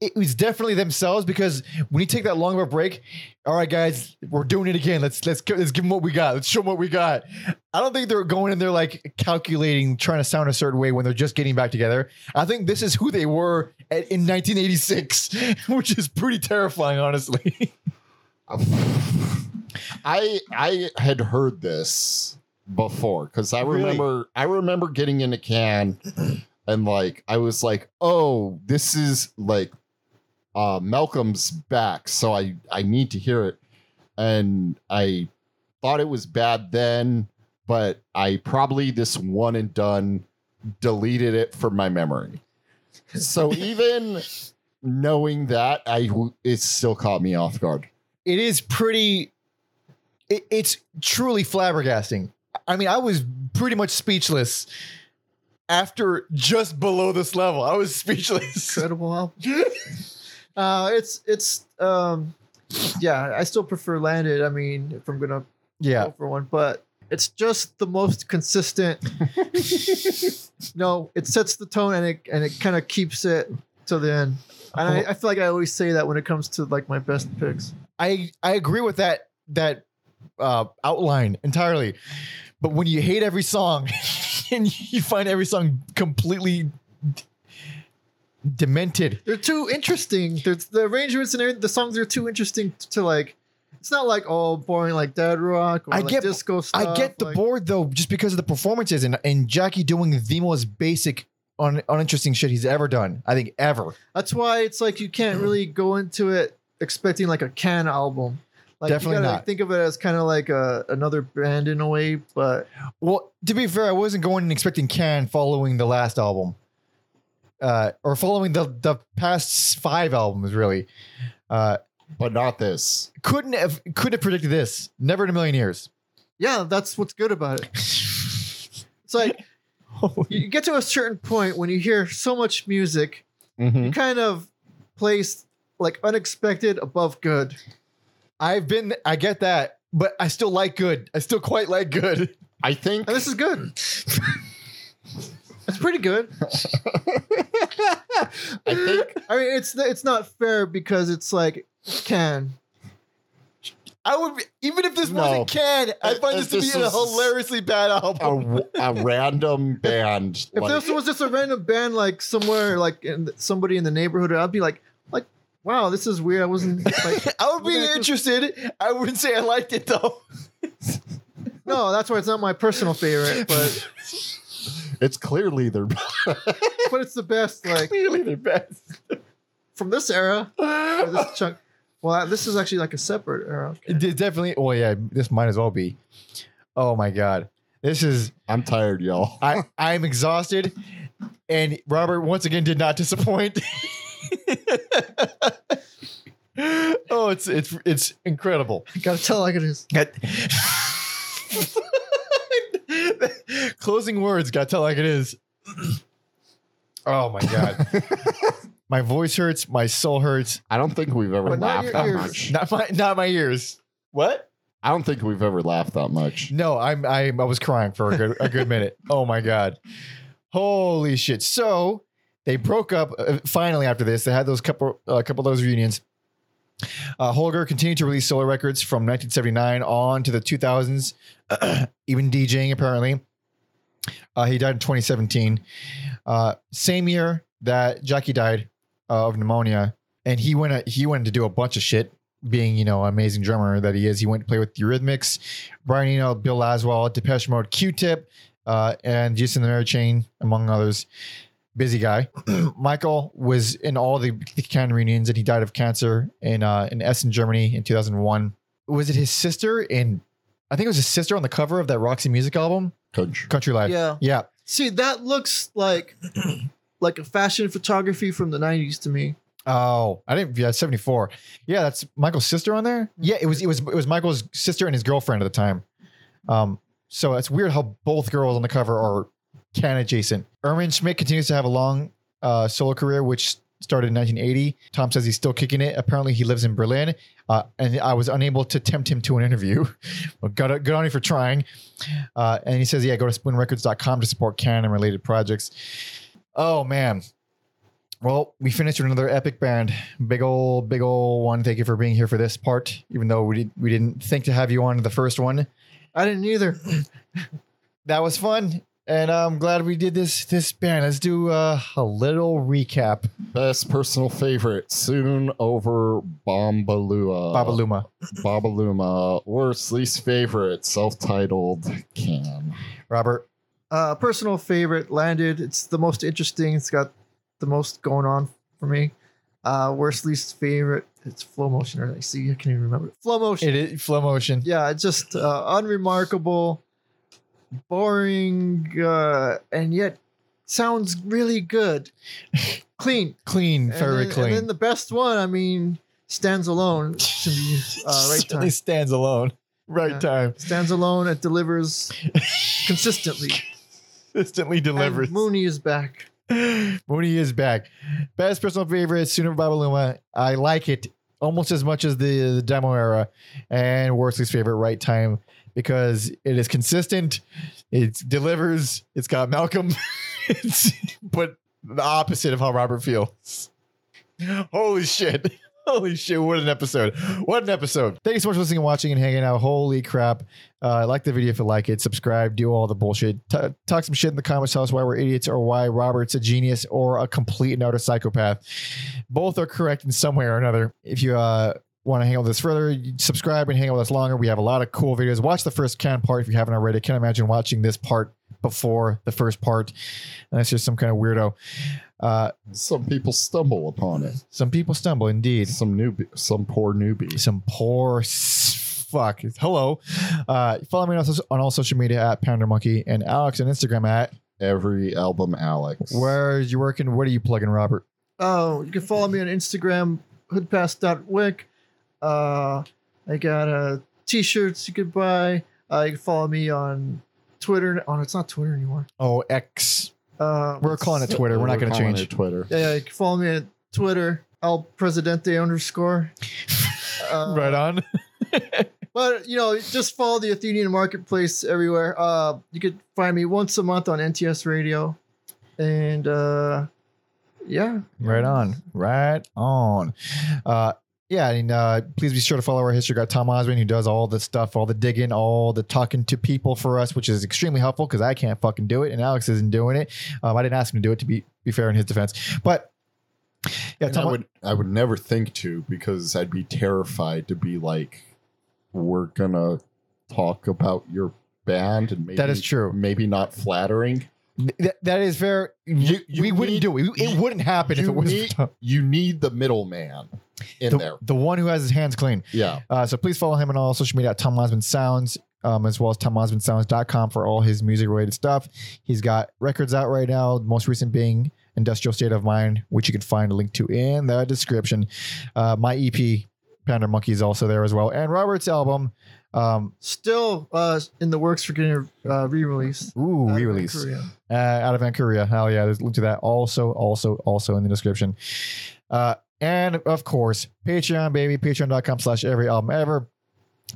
A: it was definitely themselves because when you take that long of a break, all right, guys, we're doing it again. Let's let's go- let's give them what we got. Let's show them what we got. I don't think they're going in there like calculating, trying to sound a certain way when they're just getting back together. I think this is who they were at, in 1986, which is pretty terrifying, honestly.
B: I I had heard this before because I
A: Really?
B: remember I remember getting in a can and like I was like, oh, this is like uh Malcolm's back, so I I need to hear it. And I thought it was bad then, but I probably this one and done deleted it from my memory. So even knowing that, I w- it still caught me off guard.
A: It is pretty. It, it's truly flabbergasting. I mean, I was pretty much speechless after just below this level. I was speechless.
C: incredible album? Uh, it's it's um yeah, I still prefer Landed. I mean, if I'm gonna
A: Yeah.
C: go for one, but it's just the most consistent. no, it sets the tone and it and it kind of keeps it to the end. And I, I feel like I always say that when it comes to like my best picks.
A: I I agree with that that uh outline entirely. But when you hate every song and you find every song completely d- demented.
C: They're too interesting. They're, the arrangements and everything, the songs are too interesting t- to like. It's not like all boring like dead rock or
A: I
C: like
A: get-
C: disco stuff.
A: I get the
C: like-
A: board though just because of the performances and and Jackie doing the most basic un, uninteresting shit he's ever done. I think ever.
C: That's why it's like you can't really go into it expecting like a can album. Like
A: Definitely
C: you gotta
A: not.
C: think of it as kind of like a, another band in a way, but
A: Well, to be fair, I wasn't going and expecting Can following the last album, uh, or following the the past five albums. Really, uh,
B: but not this.
A: couldn't have couldn't have predicted this. Never in a million years.
C: Yeah, that's what's good about it. It's like you get to a certain point when you hear so much music,
A: Mm-hmm.
C: you kind of place like unexpected above good.
A: I've been. I get that, but I still like good. I still quite like good.
B: I think
C: And this is good. It's pretty good.
B: I think
C: I mean, it's it's not fair because it's like can.
A: I would be- even if this
B: No.
A: wasn't Can. I
B: Uh,
A: find this to
B: this
A: be a
B: is-
A: hilariously bad
B: a,
A: album.
B: a random band
C: If
B: like,
C: this was just a random band like somewhere like in, somebody in the neighborhood, I'd be like like wow, this is weird. I wasn't like
A: I would be
C: Look at this.
A: interested. I wouldn't say I liked it though.
C: no, that's why it's not my personal favorite, but
B: it's clearly their
C: but it's the best like
A: Clearly, the best.
C: from this era. or this chunk. Well, uh, this is actually like a separate era.
A: It did definitely. Oh yeah, this might as well be. Oh my god, this is.
B: I'm tired, y'all.
A: I I am exhausted, and Robert once again did not disappoint. oh, it's it's it's incredible.
C: Gotta tell like it is.
A: Closing words, gotta tell like it is. Oh my god, my voice hurts, my soul hurts.
B: I don't think we've ever
C: But not
B: laughed
C: your
B: that
C: ears.
B: much.
A: Not my not my ears. What?
B: I don't think we've ever laughed that much.
A: No, I'm I I was crying for a good a good minute. Oh my god. Holy shit! So they broke up uh, finally after this. They had those couple a couple of those reunions. Uh, Holger continued to release solo records from 1979 on to the 2000s, even DJing apparently. Uh, he died in 2017, uh, same year that Jackie died uh, of pneumonia, and he went he went to do a bunch of shit. Being you know an amazing drummer that he is, he went to play with Eurythmics, Brian Eno, Bill Laswell, Depeche Mode, Q-Tip, uh, and Jason the Mary Chain, among others. Busy guy. Michael was in all the can reunions, and he died of cancer in uh, in Essen, Germany, in 2001. Was it his sister in? I think it was his sister on the cover of that Roxy Music album,
B: Country.
A: Country Life.
C: Yeah.
A: yeah.
C: See, that looks like like a fashion photography from the '90s to me.
A: Oh, I didn't. Yeah, seventy four. Yeah, that's Michael's sister on there. Yeah, it was. It was. It was Michael's sister and his girlfriend at the time. Um, so it's weird how both girls on the cover are can adjacent. Erwin Schmidt continues to have a long uh, solo career, which started in 1980. Tom says he's still kicking it. Apparently, he lives in Berlin, uh, and I was unable to tempt him to an interview. well, good, good on you for trying. Uh, and he says, yeah, go to spoonrecords.com to support Can and related projects. Oh man. Well, we finished with another epic band. Big ol', big ol' one. Thank you for being here for this part, even though we did, we didn't think to have you on the first one.
C: I didn't either.
A: That was fun, and I'm glad we did this this band. Let's do uh, a little recap.
B: Best personal favorite. Soon over
C: Oh.
B: Bombalua.
A: Babaluma.
B: Babaluma. Worst least favorite. Self titled can.
A: Robert.
C: Uh, personal favorite landed. It's the most interesting. It's got the most going on for me. Uh, worst least favorite. It's flow motion. Or I see. I can't even remember. Flow motion.
A: It is flow motion.
C: yeah, it's just uh, unremarkable, boring, uh, and yet sounds really good. clean,
A: Clean,
C: And
A: very
C: then-
A: clean.
C: And then the best one, I mean, stands alone to me. Uh, right
A: Certainly
C: time.
A: stands alone. Right
C: Yeah.
A: time.
C: Stands alone. It delivers consistently.
A: Instantly delivers.
C: And Mooney is back.
A: Mooney is back. Best personal favorite, Sooner Babaluma. I like it almost as much as the, the demo era. And Worsley's favorite, Right Time, because it is consistent. It delivers. It's got Malcolm. it's, but the opposite of how Robert feels. Holy shit. Holy shit, what an episode. What an episode. Thank you so much for listening and watching and hanging out. Holy crap. Uh, like the video if you like it. Subscribe. Do all the bullshit. T- talk some shit in the comments. Tell us why we're idiots or why Robert's a genius or a complete and utter psychopath. Both are correct in some way or another. If you uh, want to hang out with us further, you subscribe and hang out with us longer. We have a lot of cool videos. Watch the first can part if you haven't already. Can't imagine watching this part before the first part unless you're some kind of weirdo. Uh,
B: Some people stumble upon it.
A: some people stumble indeed.
B: Some newbie. Some poor newbie.
A: some poor s- fuck. Hello. Uh, follow me on, so- on all social media at Pounder Monkey and Alex on Instagram at
B: Every album, Alex.
A: where you working? What are you plugging, Robert?
C: Oh, you can follow me on Instagram, hoodpass.wick. Uh, I got uh, t shirts you could buy. Uh, you can follow me on Twitter. Oh, it's not Twitter anymore.
A: Oh, X.
C: Uh,
A: We're calling it Twitter. We're not going to
B: calling
A: change.
B: it Twitter.
C: Yeah, yeah, you can follow me on Twitter, El Presidente underscore. Uh,
A: Right on.
C: But you know, just follow the Athenian marketplace everywhere. Uh, you could find me once a month on NTS Radio, and uh, yeah,
A: Right on. Right on. Uh, yeah, and uh, please be sure to follow our history guy Tom Osman, who does all the stuff, all the digging, all the talking to people for us, which is extremely helpful because I can't fucking do it, and Alex isn't doing it. Um, I didn't ask him to do it to be be fair in his defense, but yeah,
B: And I
A: Tom,
B: would I would never think to because I'd be terrified to be like, we're gonna talk about your band and maybe
A: That is true.
B: Maybe not flattering.
A: Th- that is fair.
B: You- you
A: we wouldn't
B: need-
A: do it. It
B: you-
A: wouldn't happen if
B: you
A: it was
B: need- You need the middleman in
A: the,
B: there.
A: the one who has his hands clean.
B: Yeah.
A: Uh, so please follow him on all social media at Tom Osmond Sounds, um, as well as TomOsmondSounds.com for all his music related stuff. He's got records out right now, the most recent being Industrial State of Mind, which you can find a link to in the description. Uh, my EP, Pounder Monkey, is also there as well. And Robert's album, um,
C: still uh, in the works for getting a uh, re-release.
A: Ooh,
C: out of
A: re release.
C: Korea.
A: uh, out of Vancouver. Hell yeah, there's a link to that also, also, also in the description. Uh, and of course, Patreon, baby, patreon.com slash every album ever.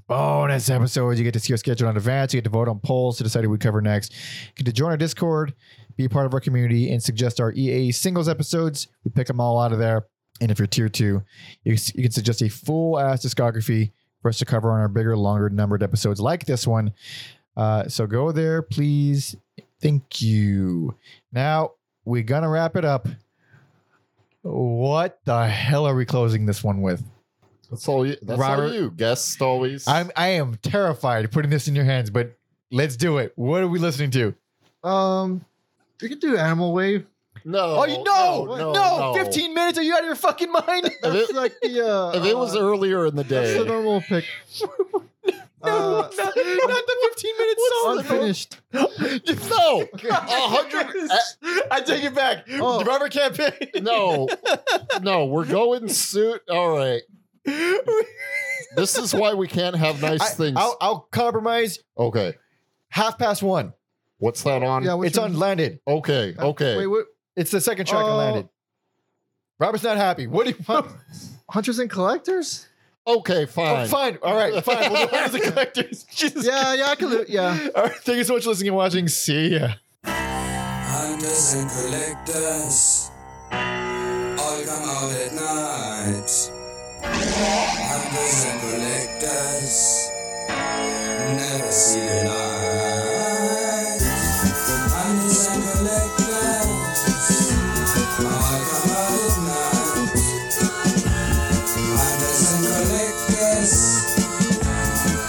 A: bonus episodes. You get to see our schedule in advance. You get to vote on polls to decide who we cover next. You get to join our Discord, be a part of our community, and suggest our EA singles episodes. We pick them all out of there. And if you're tier two, you, you can suggest a full ass discography for us to cover on our bigger, longer numbered episodes like this one. Uh, so go there, please. Thank you. Now we're gonna wrap it up. What the hell are we closing this one with?
B: That's all you. That's
A: Robert-
B: all you. Guest always.
A: I'm I am terrified of putting this in your hands, but let's do it. What are we listening to?
C: Um, we could do Animal Wave.
B: no.
A: oh, you no, no, 15 minutes. Are you out of your fucking mind?
B: If
C: That's
B: it,
C: like the. Uh,
B: if it was
C: uh,
B: earlier in the
C: that's the
B: day,
C: normal pick.
A: no,
C: Uh,
A: not, not the 15 minutes song.
C: unfinished.
B: no, a hundred.
A: I take it back.
C: Oh.
A: Robert can't pick.
B: No, no, we're going suit. All right, this is why we can't have nice
A: I,
B: things.
A: I'll, I'll compromise.
B: okay,
A: Half past one.
B: what's that on?
C: Yeah, which
A: it's on
C: one?
A: landed.
B: Okay,
A: Uh,
B: okay.
C: Wait, wait,
A: It's the second track
C: Oh.
A: on landed. Robert's not happy. What do you want?
C: Hunters and Collectors.
B: Okay,
A: Oh,
B: fine.
A: fine. All right. Fine. We'll do it as a collectors. Jesus.
C: Yeah, yeah, I can. do- Yeah.
A: All right. Thank you so much for listening and watching. See ya.
G: Hunters and collectors all come out at night. Hunters and collectors never see the light. Hunters and collectors all come out at night. Hunters and collectors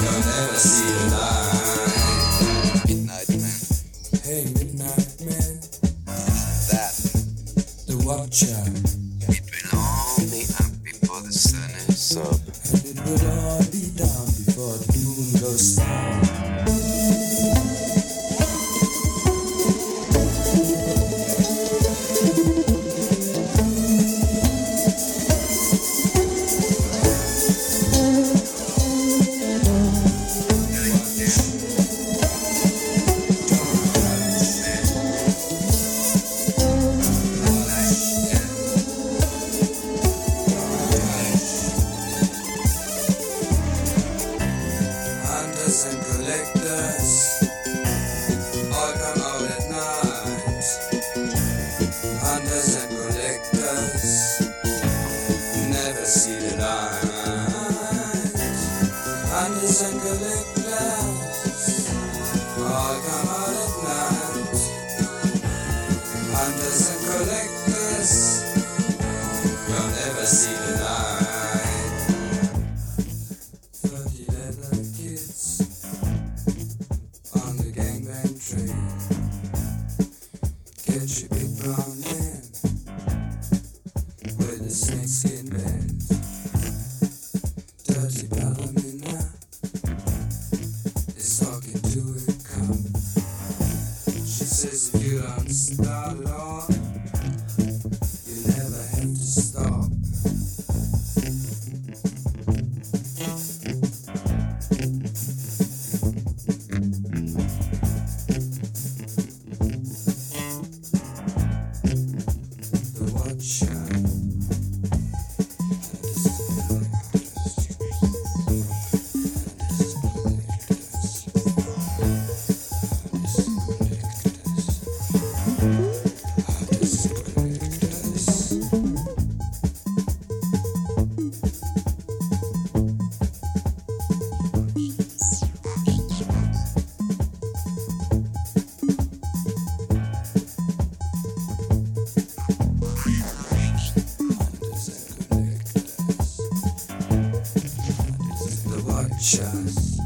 G: you'll never see the light. Midnight man. Hey, midnight man. That. The watcher. It will all be up before the sun is up. And it will all be down before the moon goes down. Hunters and collectors all come out at night. Hunters and collectors never see the light. Hunters and collectors all come out at night. Hunters and collectors you'll never see the light. 30 leather kids on the gangbang train. Catch your big brown man with a snakeskin band. Dirty Palomina is talking to a cop. She says, if you don't start it all, you never have to stop. the watcher. The watchers.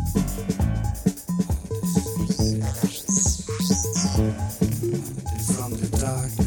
G: From the darkness.